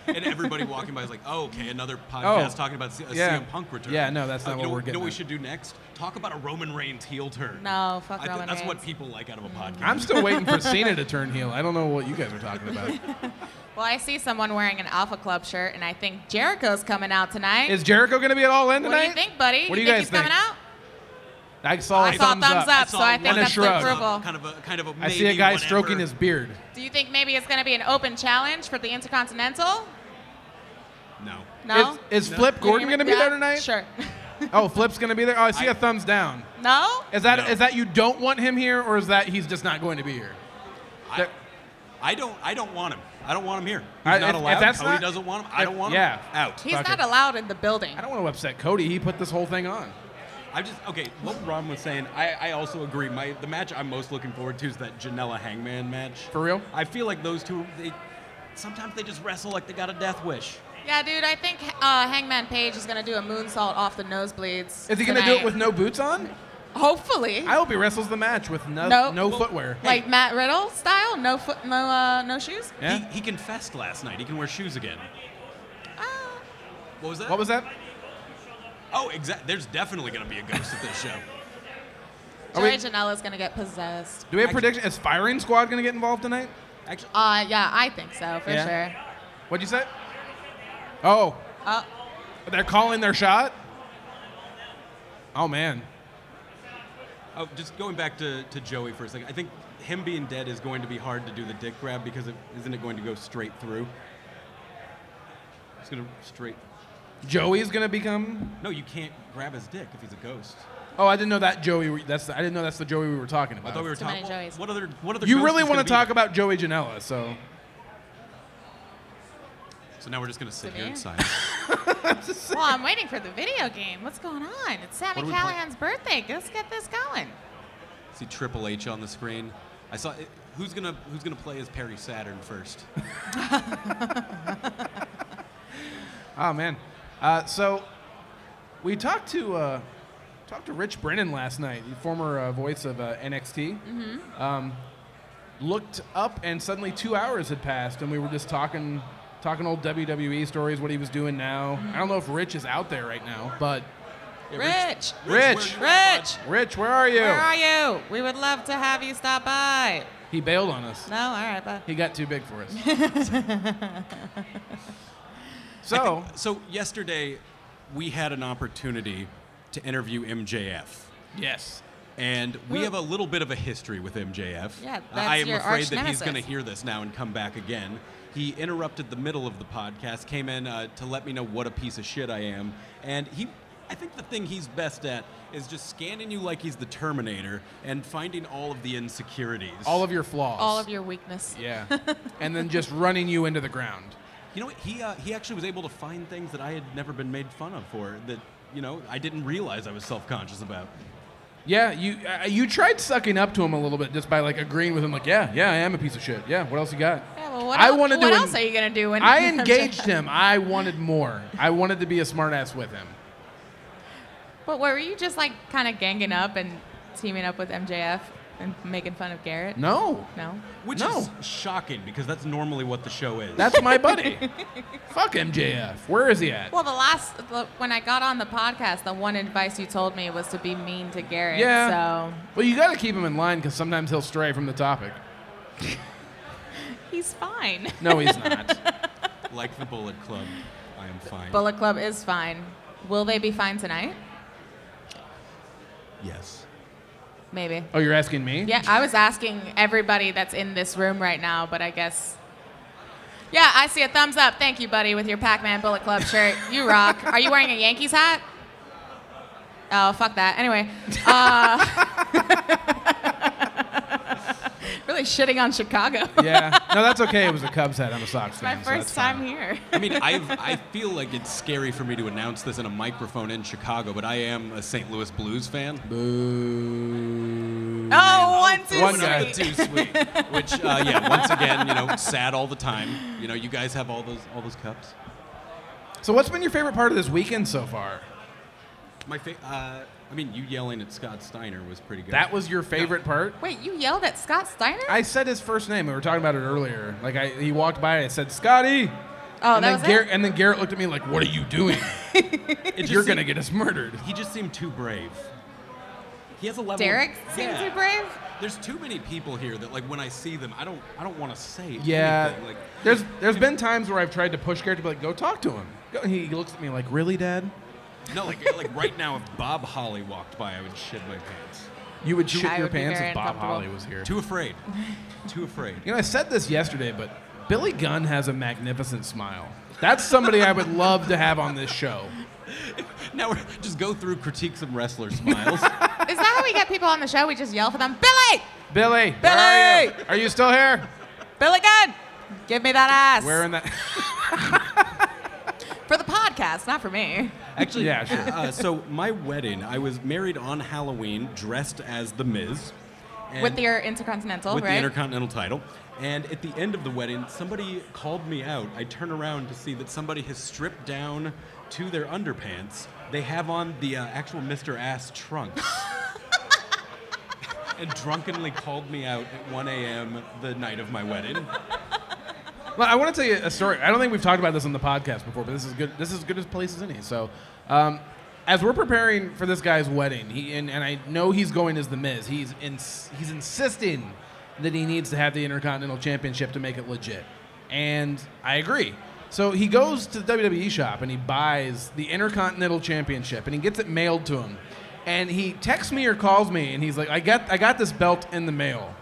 and everybody walking by is like, "Oh, okay, another podcast Oh, talking about C- a yeah. CM Punk return." Yeah, no, that's not you what know, we're You know getting what we at. should do next? Talk about a Roman Reigns heel turn. No, fuck I thi- Roman That's what Reigns. Mm. people like out of a podcast. I'm still waiting for Cena to turn heel. I don't know what you guys are talking about. Well, I see someone wearing an Alpha Club shirt, and I think Jericho's coming out tonight. Is Jericho going to be at All In what tonight? do you think, buddy? What do you think guys he's coming think? out? I saw I a saw thumbs, thumbs I up. so saw I one think that that's the shrugged. approval. Kind of a kind of a. I see a maybe, guy whatever. stroking his beard. Do you think maybe it's going to be an open challenge for the Intercontinental? No. No. Is, is Flip Gordon You're going to be yeah, there tonight? Sure. Oh, Flip's going to be there. Oh, I see a I- thumbs down. no. Is that No. is that you don't want him here, or is that he's just not going to be here? I, There- I don't. I don't want him. I don't want him here. He's I- not if- if allowed. that's Cody not- doesn't want him. I if- don't want yeah. him. Out. He's Fuck not it. allowed in the building. I don't want to upset Cody. He put this whole thing on. I just okay. What Ron was saying, I, I also agree. My the match I'm most looking forward to is that Janela Hangman match. For real? I feel like those two. They sometimes they just wrestle like they got a death wish. Yeah, dude, I think uh, Hangman Page is going to do a moonsault off the nosebleeds. Is he going to do it tonight. with no boots on? Hopefully. I hope he wrestles the match with no Nope. no Well, footwear. like Matt Riddle style, no foot, no, uh, no shoes. Yeah. He, he confessed last night. He can wear shoes again. Ah. What was that? what was that? Oh, exact. There's definitely gonna be a ghost at this show. Are Joey we- Janela's going to get possessed. Do we have I- prediction? Is Firing Squad going to get involved tonight? Actually, Uh, yeah, I think so for Yeah. sure. What'd you say? Oh, Uh, they're calling their shot. Oh man. oh, just going back to, to Joey for a second. I think him being dead is going to be hard to do the dick grab because it, isn't it going to go straight through? It's gonna straight. Joey's gonna become. No, you can't grab his dick if he's a ghost. Oh, I didn't know that Joey. we- That's the, I didn't know that's the Joey we were talking I about. thought we were Too talking. many Joeys. What other? What other? you ghost really is want gonna to be talk there? about Joey Janela, so So now we're just gonna sit To here me? in silence. well, I'm waiting for the video game. What's going on? It's Sammy What are we Callahan's birthday. Let's get this going. See Triple H on the screen. I saw. Who's gonna Who's gonna play as Perry Saturn first? oh man. Uh, so we talked to uh, talked to Rich Brennan last night, the former uh, voice of uh, NXT. Mm-hmm. Um, looked up and suddenly two hours had passed, and we were just talking talking old WWE stories, what he was doing now. I don't know if Rich is out there right now, but Rich, Rich, where you at, Rich, Rich, where are you? where are you? We would love to have you stop by. He bailed on us. No, all right, bye. He got too big for us. I so, think- so yesterday, we had an opportunity to interview MJF, yes. And we have a little bit of a history with MJF. Yeah, I that's am your afraid arch that he's nemesis. going to hear this now and come back again. He interrupted the middle of the podcast, came in uh, to let me know what a piece of shit I am, and he. I think the thing he's best at is just scanning you like he's the Terminator and finding all of the insecurities. all of your flaws. All of your weakness. Yeah. and then just running you into the ground. You know what? He uh, he actually was able to find things that I had never been made fun of for that you know I didn't realize I was self conscious about. Yeah, you uh, you tried sucking up to him a little bit just by like agreeing with him, like, yeah, yeah, I am a piece of shit. Yeah, what else you got? Yeah, well, what, I el- wanted to what en- else are you going to do when I engaged him. I wanted more. I wanted to be a smartass with him. But were you just like kind of ganging up and teaming up with MJF and making fun of Garrett? No, No. Which No. is shocking because that's normally what the show is. that's my buddy. Fuck MJF. Where is he at? Well, the last the, when I got on the podcast, the one advice you told me was to be mean to Garrett. Yeah. Well, you got to keep him in line because sometimes he'll stray from the topic. So he's fine. No, he's not. like the Bullet Club. I am fine. Bullet Club is fine. Will they be fine tonight? yes. Maybe. oh, you're asking me? Yeah, I was asking everybody that's in this room right now, but I guess. Yeah, I see a thumbs up. Thank you, buddy, with your Pac Man Bullet Club shirt. You rock. Are you wearing a Yankees hat? Oh, fuck that. Anyway. Uh, really shitting on Chicago. Yeah. No, that's okay. It was a Cubs hat. I'm a Sox My fan. so first that's time fine. here. I mean, I've, I feel like it's scary for me to announce this in a microphone in Chicago, but I am a St. Louis Blues fan. Boo. Oh, one, two, One three. guy. Not too sweet. Which, uh, yeah, once again, you know, sad all the time. You know, you guys have all those all those cups. So, what's been your favorite part of this weekend so far? My fa- uh, I mean, you yelling at Scott Steiner was pretty good. That was your favorite part? Wait, you yelled at Scott Steiner? I said his first name. We were talking about it earlier. Like I, he walked by and I said, oh, "Scotty." and that then was Garrett, it? and then Garrett looked at me like, "What are you doing? It just You're seemed- gonna get us murdered." He just seemed too brave. He has a level. Derek seemed Yeah. too brave. There's too many people here that like when I see them, I don't I don't want to say. Yeah. Anything. Like There's there's been times where I've tried to push Garrett to be like, "Go talk to him." Go- He looks at me like, "Really, Dad?" no, like like right now, if Bob Holly walked by, I would shit my pants. You would shit I your would be pants very if Bob uncomfortable. Holly was here. Too afraid. Too afraid. You know, I said this yesterday, but Billy Gunn has a magnificent smile. That's somebody I would love to have on this show. Now we're just go through critique some wrestler smiles. Is that how we get people on the show? We just yell for them, Billy! Billy, where are you? Billy! Are you still here? Billy Gunn! Give me that ass. Where in that? For the podcast, not for me. Actually, Yeah, sure. Uh, so my wedding, I was married on Halloween, dressed as the Miz. and- With your Intercontinental, with right? the Intercontinental title. And at the end of the wedding, somebody called me out. I turn around to see that somebody has stripped down to their underpants. They have on the uh, actual Mr. Ass trunks. and drunkenly called me out at 1 a.m. the night of my wedding. Well, I want to tell you a story. I don't think we've talked about this on the podcast before, but this is good. This is good as place as any. So, um, as we're preparing for this guy's wedding, he and, and I know he's going as the Miz. He's ins- he's insisting that he needs to have the Intercontinental Championship to make it legit, and I agree. So he goes to the WWE shop and he buys the Intercontinental Championship and he gets it mailed to him, and he texts me or calls me and he's like, "I got I got this belt in the mail."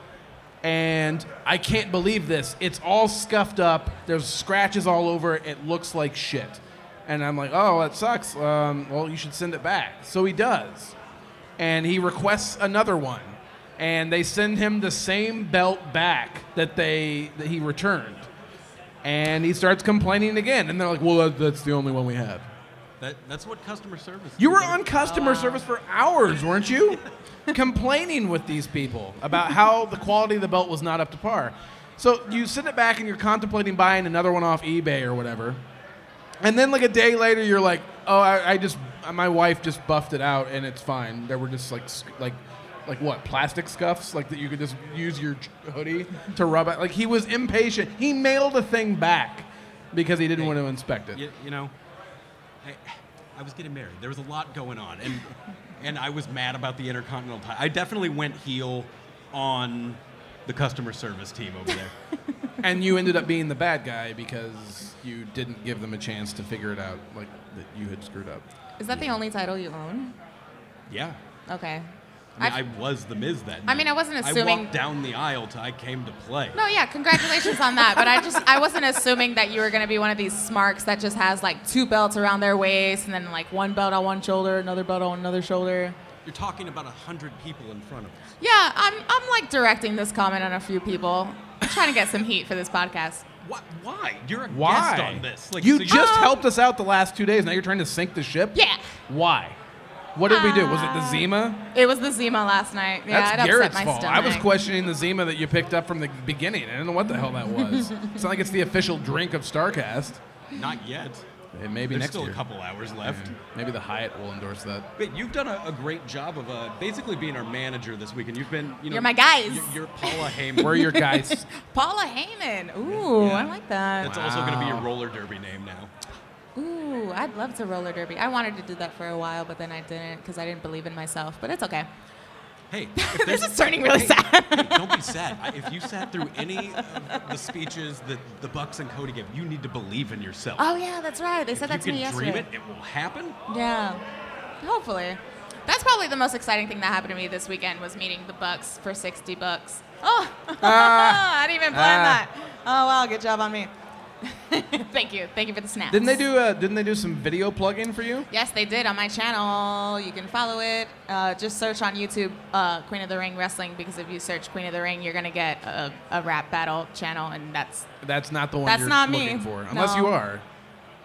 and I can't believe this. It's all scuffed up. There's scratches all over it. It looks like shit. And I'm like, oh, that sucks. Um, well, you should send it back. So he does. And he requests another one. And they send him the same belt back that they that he returned. And he starts complaining again. And they're like, well, that, that's the only one we have. That, that's what customer service You is. were on customer service for hours, weren't you? Complaining with these people about how the quality of the belt was not up to par. So you send it back and you're contemplating buying another one off eBay or whatever. And then, like a day later, you're like, "Oh, I, I just my wife just buffed it out and it's fine." There were just like sc- like like what plastic scuffs like that you could just use your j- hoodie to rub out. Like he was impatient. He mailed a thing back because he didn't want to inspect it. you, you know, I, I was getting married. There was a lot going on, and and I was mad about the Intercontinental title. I definitely went heel on the customer service team over there. and you ended up being the bad guy because you didn't give them a chance to figure it out, like that you had screwed up. Is that the only title you own? yeah. Okay. I, mean, I was the Miz that night. I mean, I wasn't I assuming- walked down the aisle to I came to play. No, yeah, congratulations on that. But I just I wasn't assuming that you were gonna be one of these smarks that just has like two belts around their waist and then like one belt on one shoulder, another belt on another shoulder. You're talking about a hundred people in front of us. Yeah, I'm I'm like directing this comment on a few people. I'm trying to get some heat for this podcast. What? Why? You're a Why? guest on this. Like, you so just helped us out the last two days. Now you're trying to sink the ship. Oh. Yeah. Why? What did we do? Was it the Zima? It was the Zima last night. Yeah, That's it upset Garrett's my fault. stomach. I was questioning the Zima that you picked up from the beginning. I don't know what the hell that was. it's not like it's the official drink of Starcast. not yet. It may be There's next still year. a couple hours left. Yeah. Maybe the Hyatt will endorse that. But you've done a, a great job of uh, basically being our manager this week, and you've been, you know, You're my guys. You're, you're Paula Heyman. We're your guys. Paula Heyman. Ooh, I Yeah. like that. That's also going to be your Wow. roller derby name now. Ooh, I'd love to roller derby. I wanted to do that for a while, but then I didn't because I didn't believe in myself. But it's okay. Hey, if This there's- is turning really hey, sad. hey, don't be sad. I- If you sat through any of the speeches that the Bucks and Cody gave, you need to believe in yourself. Oh yeah, that's right. They said that if to you me can yesterday. dream it, it will happen. Yeah. Hopefully. That's probably the most exciting thing that happened to me this weekend was meeting the Bucks for 60 bucks. Oh, Ah. I didn't even plan Ah. that. Oh wow, good job on me. Thank you. Thank you for the snaps. didn't they do? Uh, didn't they do some video plug-in for you? Yes, they did on my channel. You can follow it. Uh, just search on YouTube uh, Queen of the Ring Wrestling because if you search Queen of the Ring, you're gonna get a, a rap battle channel, and that's That's not the one That's you're not me. looking for, unless No. you are.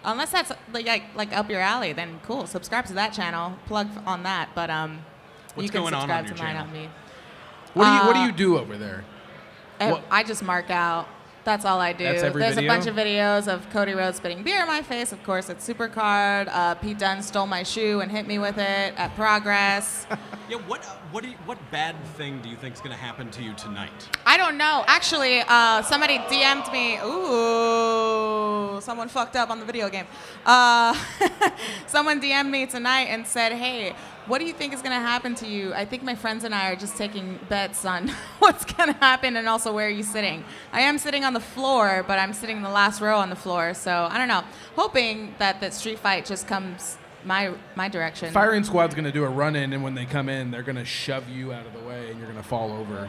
unless that's like, like like up your alley, then cool. Subscribe to that channel. Plug on that, but um, What's you can going on on subscribe your to mine channel? on me. What do you What do Uh, you do over there? I, What- I just mark out. That's all I do. That's every There's video? a bunch of videos of Cody Rhodes spitting beer in my face, of course, at Supercard. Uh, Pete Dunne stole my shoe and hit me with it at Progress. Yeah. What? What? Do you, what bad thing do you think is going to happen to you tonight? I don't know. Actually, uh, somebody DM'd me. Ooh, someone fucked up on the video game. Uh, someone DM'd me tonight and said, "Hey, what do you think is gonna happen to you?" I think my friends and I are just taking bets on what's gonna happen and also where are you sitting. I am sitting on the floor, but I'm sitting in the last row on the floor, so I don't know. Hoping that that street fight just comes my my direction. Firing squad's gonna do a run in, and when they come in, they're gonna shove you out of the way, and you're gonna fall over.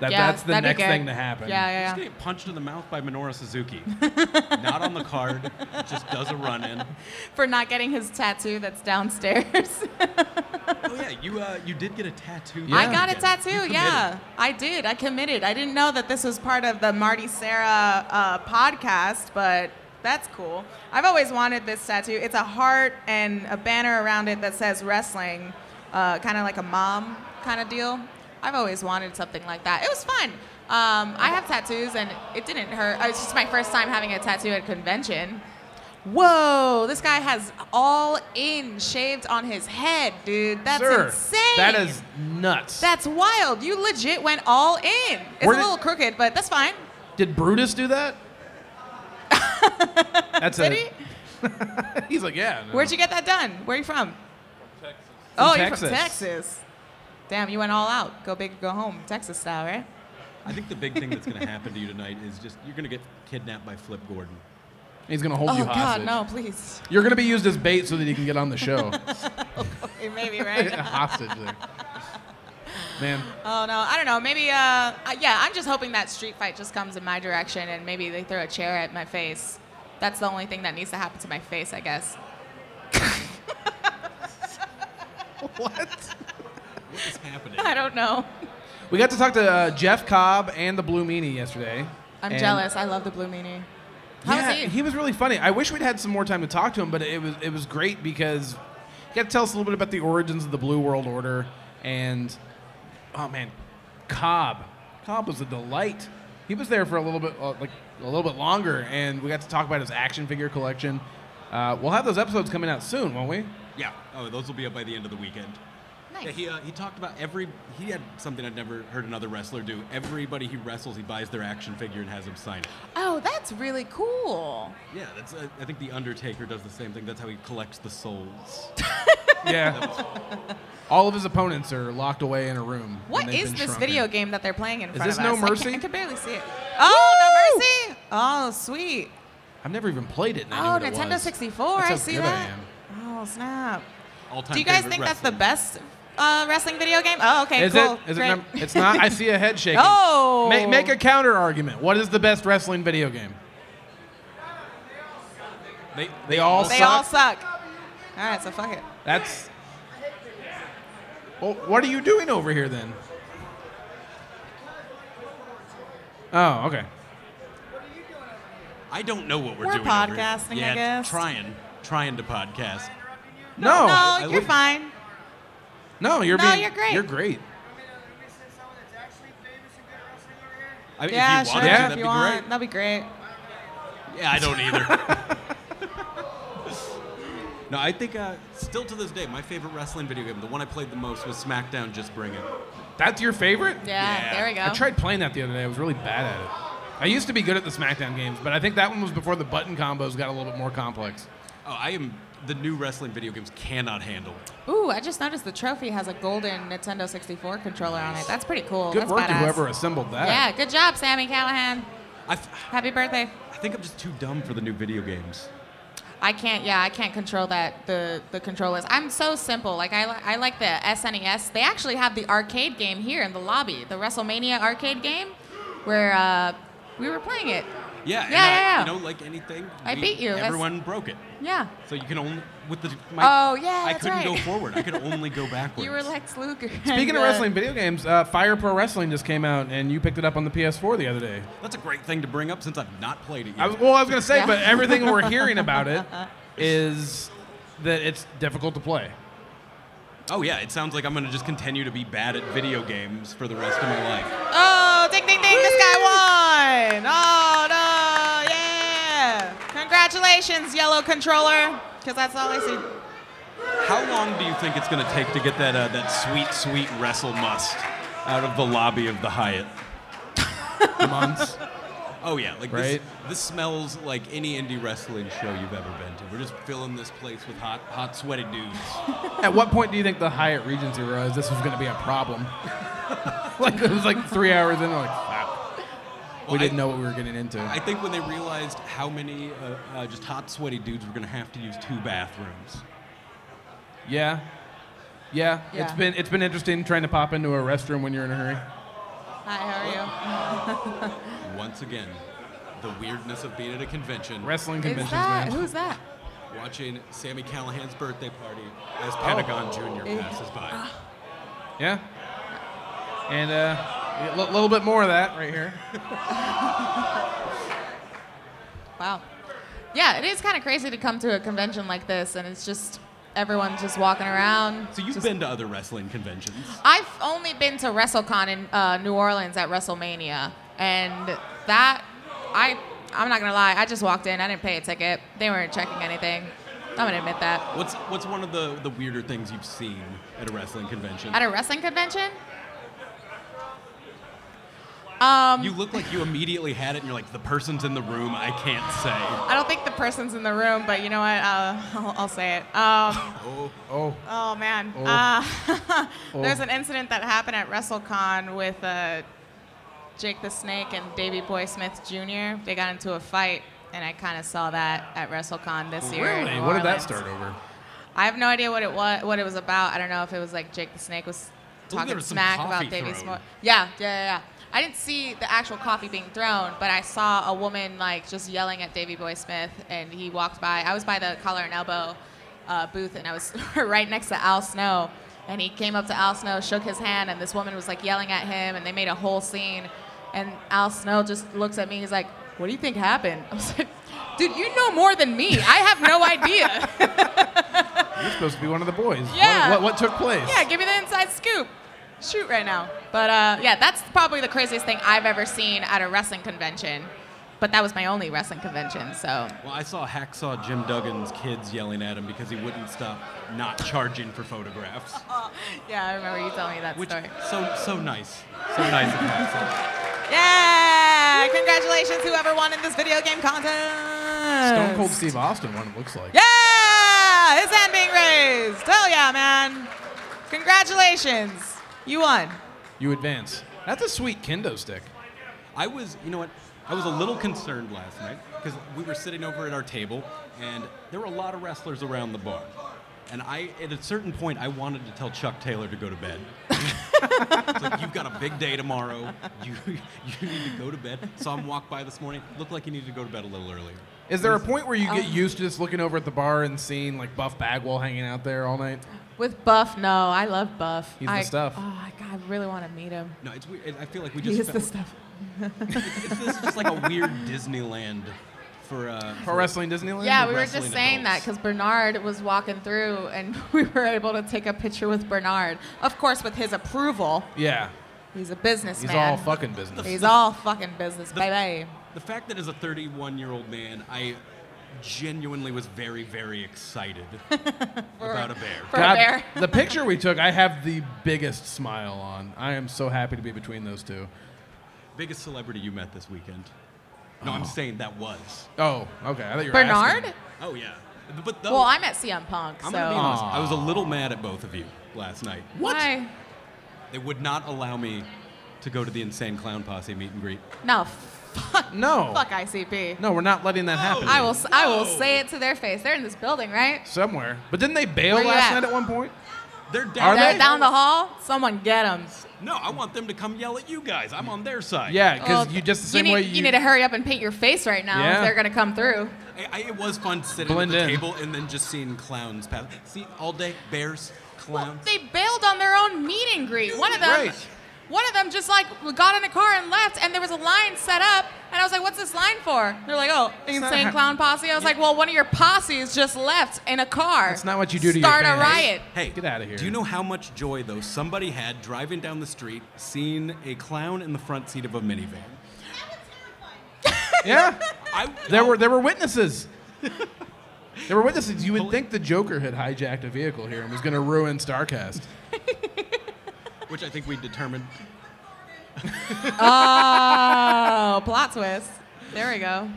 That, Yeah, that's the that'd be next good. thing to happen. Yeah, yeah. Just yeah. get punched in the mouth by Minoru Suzuki. Not on the card. Just does a run in. For not getting his tattoo that's downstairs. Oh yeah, you uh, you did get a tattoo. this I got a weekend. You tattoo, committed. yeah. I did. I committed. I didn't know that this was part of the Marty Sarah uh, podcast, but that's cool. I've always wanted this tattoo. It's a heart and a banner around it that says wrestling, uh, kind of like a mom kind of deal. I've always wanted something like that. It was fun. Um, I have tattoos, and it didn't hurt. It was just my first time having a tattoo at a convention. Whoa, this guy has all in shaved on his head, dude. That's Sir, insane. That is nuts. That's wild. You legit went all in. It's Where a did- little crooked, but that's fine. Did Brutus do that? That's Did a. he? He's like, yeah. no." Where'd you get that done? Where are you from? Oh, you're from Texas. Texas. Damn, you went all out. Go big or go home, Texas style, right? I think the big thing that's going to happen to you tonight is just you're going to get kidnapped by Flip Gordon. He's gonna hold oh you God, hostage. no, please. You're gonna be used as bait so that he can get on the show. Maybe right. hostage there. Man, Oh no, I don't know. Maybe, uh, I- yeah. I'm just hoping that street fight just comes in my direction, and maybe they throw a chair at my face. That's the only thing that needs to happen to my face, I guess. What is happening? I don't know. we got to talk to uh, Jeff Cobb and the Blue Meanie yesterday. I'm and- jealous. I love the blue meanie. How yeah, was he? was really funny. I wish we'd had some more time to talk to him, but it was it was great because you got to tell us a little bit about the origins of the Blue World Order and oh man, Cobb. Cobb was a delight. He was there for a little bit uh, like a little bit longer, and we got to talk about his action figure collection. Uh, we'll have those episodes coming out soon, won't we? Yeah. Oh, those will be up by the end of the weekend. Nice. Yeah, he, uh, he talked about every. He had something I'd never heard another wrestler do. Everybody he wrestles, he buys their action figure and has him sign it. Oh, that's really cool. Yeah, that's. Uh, I think the Undertaker does the same thing. That's how he collects the souls. Yeah. All of his opponents are locked away in a room. and What they've is been this shrunken. video game that they're playing in front this of No us? I can't- Mercy? I, can barely see it. Oh, No Mercy! Oh, sweet. I've never even played it. and I Oh, knew what it Nintendo was. 64. That's I how see good I that. am. Oh, snap. All time. Do you guys think that's the best uh, wrestling video game? Oh, okay, Is cool. it? Is great. it? Num- it's not. I see a head shaking. Oh. Make, make a counter argument. What is the best wrestling video game? They, they all they suck. all suck. All right, so fuck it. That's. Well, what are you doing over here then? Oh, okay. I don't know what we're, We're doing. over here. podcasting, I yeah, guess. Trying, trying to podcast. No. no, I you're would- fine. No, you're No, being. you're great. You're great. I mean, yeah, if you sure. want to, Yeah. that'd if be you want, great. that'd be great. Yeah, I don't either. no, I think uh, still to this day, my favorite wrestling video game, the one I played the most, was SmackDown. Just Bring It. That's your favorite? Yeah, Yeah. there we go. I tried playing that the other day. I was really bad at it. I used to be good at the SmackDown games, but I think that one was before the button combos got a little bit more complex. Oh, I am the new wrestling video games cannot handle. Ooh, I just noticed the trophy has a golden Nintendo 64 controller on it. That's pretty cool. Good That's work to badass. whoever assembled that. yeah, good job, Sammy Callahan. I, f- Happy birthday. I think I'm just too dumb for the new video games. I can't. Yeah, I can't control that. The the controllers. I'm so simple. Like I, li- I like the SNES. They actually have the arcade game here in the lobby. The WrestleMania arcade game, where uh, we were playing it. Yeah, and Yeah, I- yeah, yeah. You know, like anything. I beat you. That's- Everyone broke it. Yeah. So you can only with the. Oh, yeah, I that's couldn't go right. forward. I could only go backwards. You were Lex Luger. and, Speaking of uh, wrestling video games, uh, Fire Pro Wrestling just came out, and you picked it up on the PS4 the other day. That's a great thing to bring up since I've not played it yet. I was, well, I was going to say, Yeah. but everything we're hearing about it is that it's difficult to play. oh yeah, it sounds like I'm gonna just continue to be bad at video games for the rest of my life. Oh, ding, ding, ding. This guy won. Oh, no. Yeah. Congratulations, yellow controller. Because that's all I see. How long do you think it's gonna take to get that uh, that sweet sweet wrestle must out of the lobby of the Hyatt? Months. Oh yeah, like Right? this, this smells like any indie wrestling show you've ever been to. We're just filling this place with hot hot sweaty dudes. At what point do you think the Hyatt Regency realized this was going to be a problem? like it was like three hours in, like wow, we Well, I- didn't know what we were getting into. I think when they realized how many uh, uh, just hot sweaty dudes were gonna have to use two bathrooms. yeah. yeah, Yeah. It's been it's been interesting trying to pop into a restroom when you're in a hurry. Hi, how Once again, the weirdness of being at a convention. Wrestling Is conventions, that man. who's that? watching Sammy Callahan's birthday party as Oh. Pentagon Jr. passes by. Yeah. And uh, a li- little bit more of that right here. Wow. Yeah, it is kind of crazy to come to a convention like this, and it's just everyone just walking around. So you've been to other wrestling conventions. I've only been to WrestleCon in uh, New Orleans at WrestleMania, and that I I'm not gonna lie, I just walked in. I didn't pay a ticket. They weren't checking anything. I'm gonna admit that. What's what's one of the, the weirder things you've seen at a wrestling convention? At a wrestling convention, You look like you immediately had it, and you're like, the person's in the room. I can't say. I don't think the person's in the room, but you know what? Uh, I'll, I'll say it. Um, Oh, Oh man, Oh. Uh, there's Oh. an incident that happened at WrestleCon with uh, Jake the Snake and Davey Boy Smith Jr. They got into a fight, and I kind of saw that at WrestleCon this year. in really? New What did that Orleans. start over? I have no idea what it was, what it was about. I don't know if it was like Jake the Snake was there talking was some smack coffee about Davey thrown. Smith. Yeah, yeah, yeah, yeah. I didn't see the actual coffee being thrown, but I saw a woman like just yelling at Davy Boy Smith, and he walked by. I was by the collar and elbow uh, booth, and I was right next to Al Snow, and he came up to Al Snow, shook his hand, and this woman was like yelling at him, and they made a whole scene. And Al Snow just looks at me. He's like, "What do you think happened?" I was like, "Dude, you know more than me. I have no idea." You're supposed to be one of the boys. What- Yeah. What, what, took place? Yeah, give me the inside scoop. Shoot right now. But uh, yeah, that's probably the craziest thing I've ever seen at a wrestling convention. But that was my only wrestling convention, so Well, I saw Hacksaw Jim Duggan's kids yelling at him because he wouldn't stop not charging for photographs. Oh. yeah, I remember you telling me that Which story. so so nice, so nice of Hacksaw. yeah, congratulations whoever won in this video game contest. Stone Cold Steve Austin one, it looks like. Yeah, his hand being raised. Hell yeah, man. Congratulations, you won. You advance. That's a sweet kendo stick. I was, you know what? I was a little concerned last night because we were sitting over at our table and there were a lot of wrestlers around the bar. And I, at a certain point, I wanted to tell Chuck Taylor to go to bed. it's like you've got a big day tomorrow. You you need to go to bed. Saw him walk by this morning. Looked like he needed to go to bed a little earlier. Is there a point where you um, get used to just looking over at the bar and seeing like Buff Bagwell hanging out there all night? With Buff, no, I love Buff. He's the I- stuff. Oh, I, God, I really want to meet him. No, it's weird. I feel like we just He is the found- stuff. it's, this is just like a weird Disneyland for uh, Pro Wrestling Disneyland? Yeah, we were wrestling just saying that adults. because Bernard was walking through and we were able to take a picture with Bernard. Of course, with his approval. Yeah. He's a businessman. He's all fucking business. He's all fucking business, baby. The fact that as a 31 year old man, I genuinely was very, very excited about a bear. For a bear. the picture we took, I have the biggest smile on. I am so happy to be between those two. Biggest celebrity you met this weekend? No, I'm saying that was. Oh, okay. I thought you were Bernard? asking. Oh yeah, but though, Well, I met CM Punk, I'm so. gonna be honest. I was a little mad at both of you last night. Why? They would not allow me to go to the Insane Clown Posse meet and greet. No, fuck, No. fuck ICP. No, we're not letting that happen. Oh. I will, s I will No. say it to their face. They're in this building, right? Somewhere. But didn't they bail Where you last at? night at one point? They're down. They're they? down the hall. Someone get them. No, I want them to come yell at you guys. I'm on their side. Yeah, because you just the same need, way you need to hurry up and paint your face right now Yeah. if they're gonna come through. I, I, it was fun sitting Blend at the in. table and then just seeing clowns pass. See, all day bears, Well, clowns. they bailed on their own meet and greet. One of them, Right. one of them just like got in a car and left, and there was a line set up, and I was like, "What's this line for?" They're like, "Oh, insane clown posse." I was like, "Well, one of your posses just left in a car." That's not what you do to your Start fans. a riot. Hey, Get outta here. Do you know how much joy though somebody had driving down the street, seeing a clown in the front seat of a minivan? Yeah. I, There were there were witnesses. There were witnesses. You would think the Joker had hijacked a vehicle here and was going to ruin Starcast. which I think we determined. Oh, plot twist. There we go.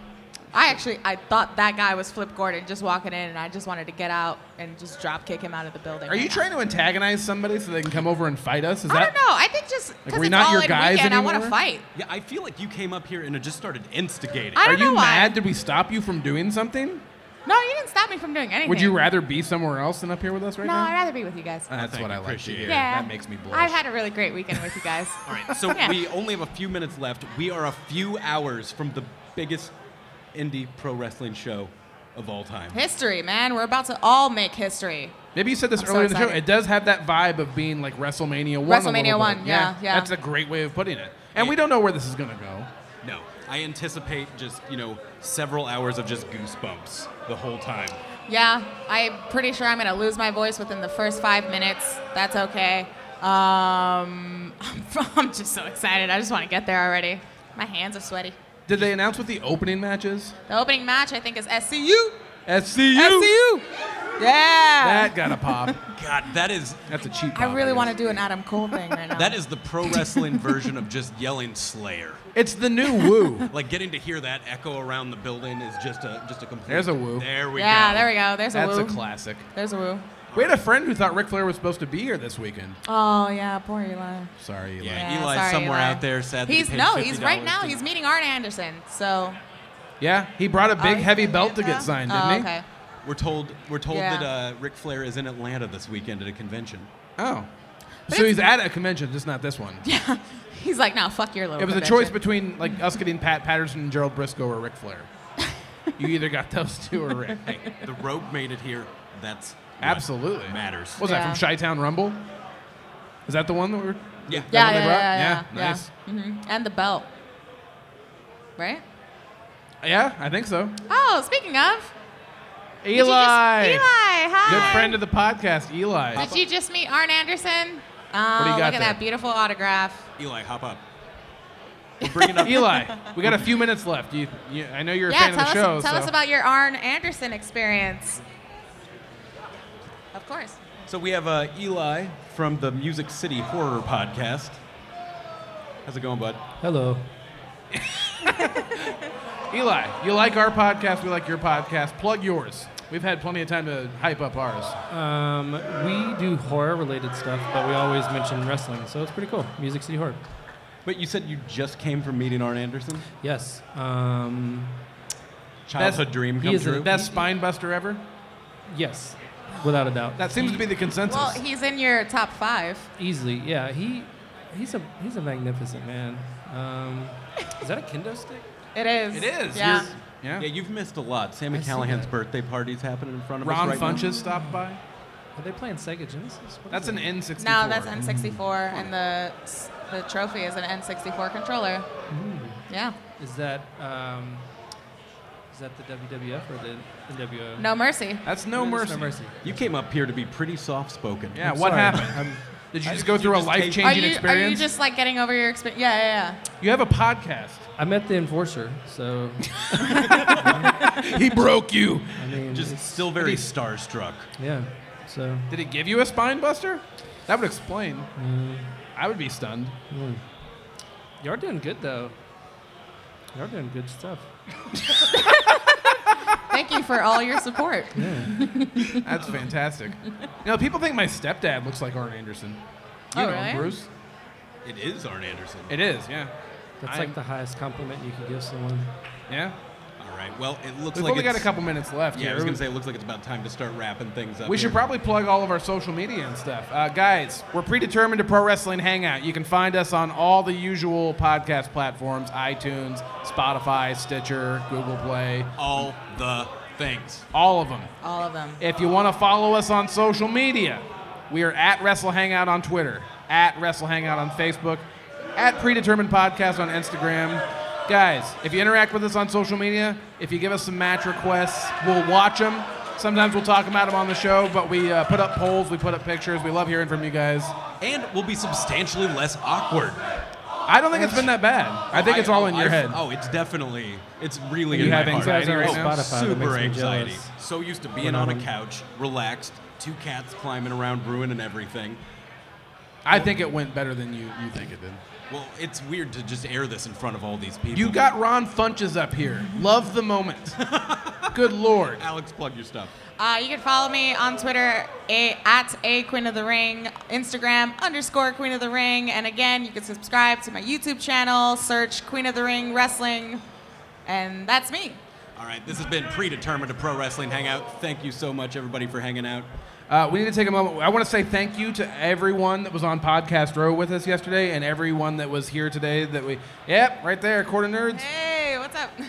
I actually I thought that guy was Flip Gordon just walking in, and I just wanted to get out and just drop kick him out of the building. Are you right now. trying to antagonize somebody so they can come over and fight us? Is I don't that know. I think just because we it's not all your in guys weekend, I want to anymore? fight. Yeah, I feel like you came up here and it just started instigating. I Are don't you know why. mad? Did we stop you from doing something? No, you didn't stop me from doing anything. Would you rather be somewhere else than up here with us right No, I'd now? rather be with you guys. That's Thank what you. I like to Appreciate hear. it. yeah, That makes me blush. I've had a really great weekend with you guys. All right, so Yeah. we only have a few minutes left. We are a few hours from the biggest indie pro wrestling show of all time. History, man. We're about to all make history. Maybe you said this I'm so earlier in the show. excited. It does have that vibe of being like WrestleMania 1. a little WrestleMania bit. 1, yeah, yeah. That's a great way of putting it. And we Yeah. don't know where this is going to go. No, I anticipate just, you know, several hours of just goosebumps the whole time. Yeah, I'm pretty sure I'm gonna lose my voice within the first five minutes. That's okay. Um, I'm just so excited. I just want to get there already. My hands are sweaty. Did they announce what the opening match is? The opening match, I think, is SCU. SCU. SCU. Yeah. That got a pop. God, that is That's a cheap pop. I really guess. want to do an Adam Cole thing right now. that is the pro wrestling version of just yelling Slayer. It's the new woo. Like getting to hear that echo around the building is just a just a complete There's a woo. There we yeah, go. there we go. There's a That's woo. a classic. There's a woo. We had a friend who thought Ric Flair was supposed to be here this weekend. Oh yeah, poor Eli. Sorry, Eli. Yeah, Yeah, Eli's sorry, somewhere Eli. out there sadly. He's paid no, he's right $50 now. to- He's meeting Arn Anderson. So Yeah, he brought a Oh, big he's heavy doing belt it to now? get signed, Oh, didn't he? okay. We're told we're told Yeah. that uh, Ric Flair is in Atlanta this weekend at a convention. Oh. But so it's- he's at a convention, just not this one. He's like, no, fuck your little. it was convention." a choice between like us getting Pat Patterson and Gerald Briscoe or Ric Flair. you either got those two or Rick. Hey, the Rogue made it here. That's what Absolutely. matters. What was Yeah. that from Chi Town Rumble? Is that the one that we were? yeah. that Yeah, one yeah, they brought? yeah, yeah, Yeah, nice. hmm And the belt, right? Yeah, I think so. Oh, speaking of, did you just- Eli, Eli, hi. good friend of the podcast, Eli. Did you just meet Arn Anderson? Oh, What do you got look at there? that beautiful autograph. Eli, hop up. We're bringing up Eli, we got a few minutes left. You, you I know you're a yeah, fan tell of us, the show. tell so. us about your Arn Anderson experience. Of course. So we have uh, Eli from the Music City Horror Podcast. How's it going, bud? Hello. Eli, you like our podcast, we like your podcast. Plug yours. We've had plenty of time to hype up ours. Um, we do horror related stuff, but we always mention wrestling, so it's pretty cool. Music City Horror. But you said you just came from meeting Arn Anderson. Yes. Um, Childhood dream he come is the true. Best spine buster ever? yes. without a doubt. That seems to be the consensus. Well, he's in your top five. Easily, yeah. He he's a he's a magnificent man. Um, is that a kendo stick? It is. it is. Yeah. You're- Yeah. Yeah, you've missed a lot. Sammy I see Callahan's that. birthday party's happening in front of Ron us right Funches stopped by. Are they playing Sega Genesis? What is That's an that? N64. No, that's N64, and the s- the trophy is an N64 controller. Yeah. Is that um, is that the WWF or the NWO? No mercy. That's no mercy. No mercy. now. You came up here to be pretty soft spoken. Yeah, I'm what sorry. happened? I'm- Did you just go through a just hate- life Are changing you experience? are you just like getting over your experience? Yeah, yeah, You have a podcast. I met the enforcer, so he broke you. I mean, Just it's- still very starstruck. yeah. So Did it give you a spine buster? That would explain. I would be stunned. you are doing good though. You are doing good stuff. yeah. Thank you for all your support. That's fantastic. you know, people think my stepdad looks like Arn Anderson. You Oh, know, really? Bruce. It is Arn Anderson. It is, yeah. That's I'm- like the highest compliment you could give someone. Yeah. All right. Well, it looks We've like only got a it's- couple minutes left Yeah, here. I was gonna say it looks like it's about time to start wrapping things up. We here. should probably plug all of our social media and stuff. Uh, guys, we're predetermined to Pro Wrestling Hangout. You can find us on all the usual podcast platforms iTunes, Spotify, Stitcher, Google Play, all the things. all of them. All of them. If you want to follow us on social media, we are at Wrestle Hangout on Twitter, at Wrestle Hangout on Facebook, at Predetermined Podcast on Instagram. Guys, if you interact with us on social media, if you give us some match requests, we'll watch them. Sometimes we'll talk about them on the show, but we uh, put up polls, we put up pictures. We love hearing from you guys. And we'll be substantially less awkward. I don't think it's been that bad. I think it's all in oh, your I- head. Oh, it's definitely. It's really You in my have heart. anxiety right now? Oh, Spotify, that Super makes me anxiety. jealous. So used to being We're on not a on- couch, relaxed, two cats climbing around, ruining everything. I think it went better than you, you think it did. Well, it's weird to just air this in front of all these people. You got Ron Funches up here. Love the moment. Good lord. Alex. Plug your stuff. Uh, you can follow me on Twitter a, at a Queen of the Ring, Instagram underscore Queen of the Ring, and again, you can subscribe to my YouTube channel. Search Queen of the Ring Wrestling, and that's me. All right, this has been predetermined a pro wrestling hangout. Thank you so much, everybody, for hanging out. Uh, we need to take a moment. I want to say thank you to everyone that was on Podcast Row with us yesterday and everyone that was here today that we. Yep, right there, Quarter Nerds. Hey, what's up?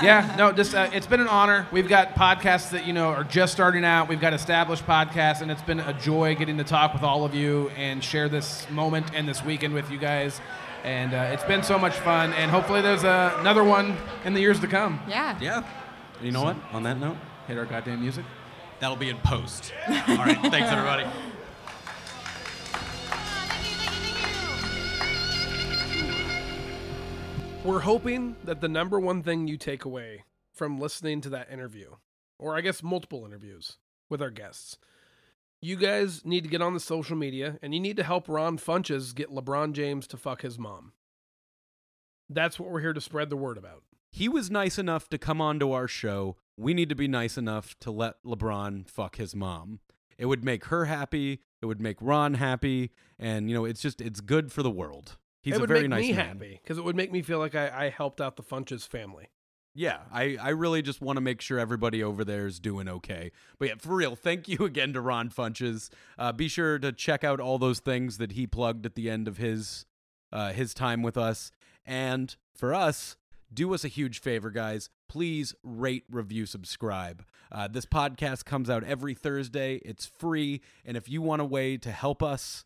Yeah, no, just uh, it's been an honor. We've got podcasts that, you know, are just starting out. We've got established podcasts, and it's been a joy getting to talk with all of you and share this moment and this weekend with you guys. And uh, it's been so much fun, and hopefully there's uh, another one in the years to come. yeah. Yeah. And you know what? On that note, Hit our goddamn music. that'll be in post. All right, thanks, everybody. We're hoping that the number one thing you take away from listening to that interview, or I guess multiple interviews with our guests, you guys need to get on the social media and you need to help Ron Funches get LeBron James to fuck his mom. That's what we're here to spread the word about. He was nice enough to come onto our show. We need to be nice enough to let LeBron fuck his mom. It would make her happy. It would make Ron happy. And, you know, it's just, it's good for the world. He's it a would very make nice me man. happy because it would make me feel like I, I helped out the Funches family. Yeah, I, I really just want to make sure everybody over there is doing okay. But yeah, for real, thank you again to Ron Funches. Uh, be sure to check out all those things that he plugged at the end of his uh, his time with us. And for us, do us a huge favor, guys. Please rate, review, subscribe. Uh, this podcast comes out every Thursday. It's free, and if you want a way to help us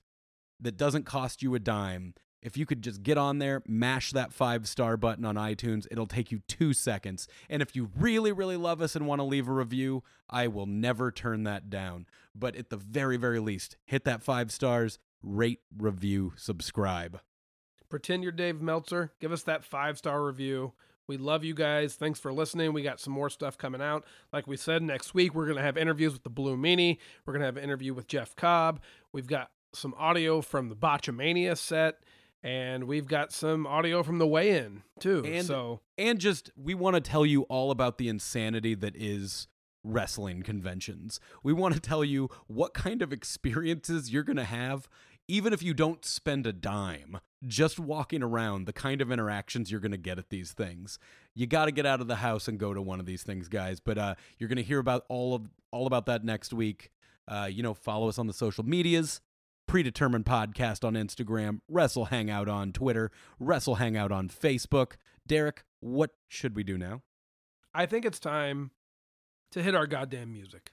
that doesn't cost you a dime. If you could just get on there, mash that five star button on iTunes, it'll take you two seconds. And if you really, really love us and want to leave a review, I will never turn that down. But at the very, very least, hit that five stars, rate, review, subscribe. Pretend you're Dave Meltzer. Give us that five star review. We love you guys. Thanks for listening. We got some more stuff coming out. Like we said, next week we're going to have interviews with the Blue Meanie. We're going to have an interview with Jeff Cobb. We've got some audio from the Botchamania set, and we've got some audio from the weigh in, too. And- so, And just, we want to tell you all about the insanity that is wrestling conventions. We want to tell you what kind of experiences you're going to have, even if you don't spend a dime, just walking around, the kind of interactions you're going to get at these things. You got to get out of the house and go to one of these things, guys. But uh, you're going to hear about all of all about that next week. Uh, you know, follow us on the social medias. Predetermined Podcast on Instagram, Wrestle Hangout on Twitter, Wrestle Hangout on Facebook. Derek, what should we do now? I think it's time to hit our goddamn music.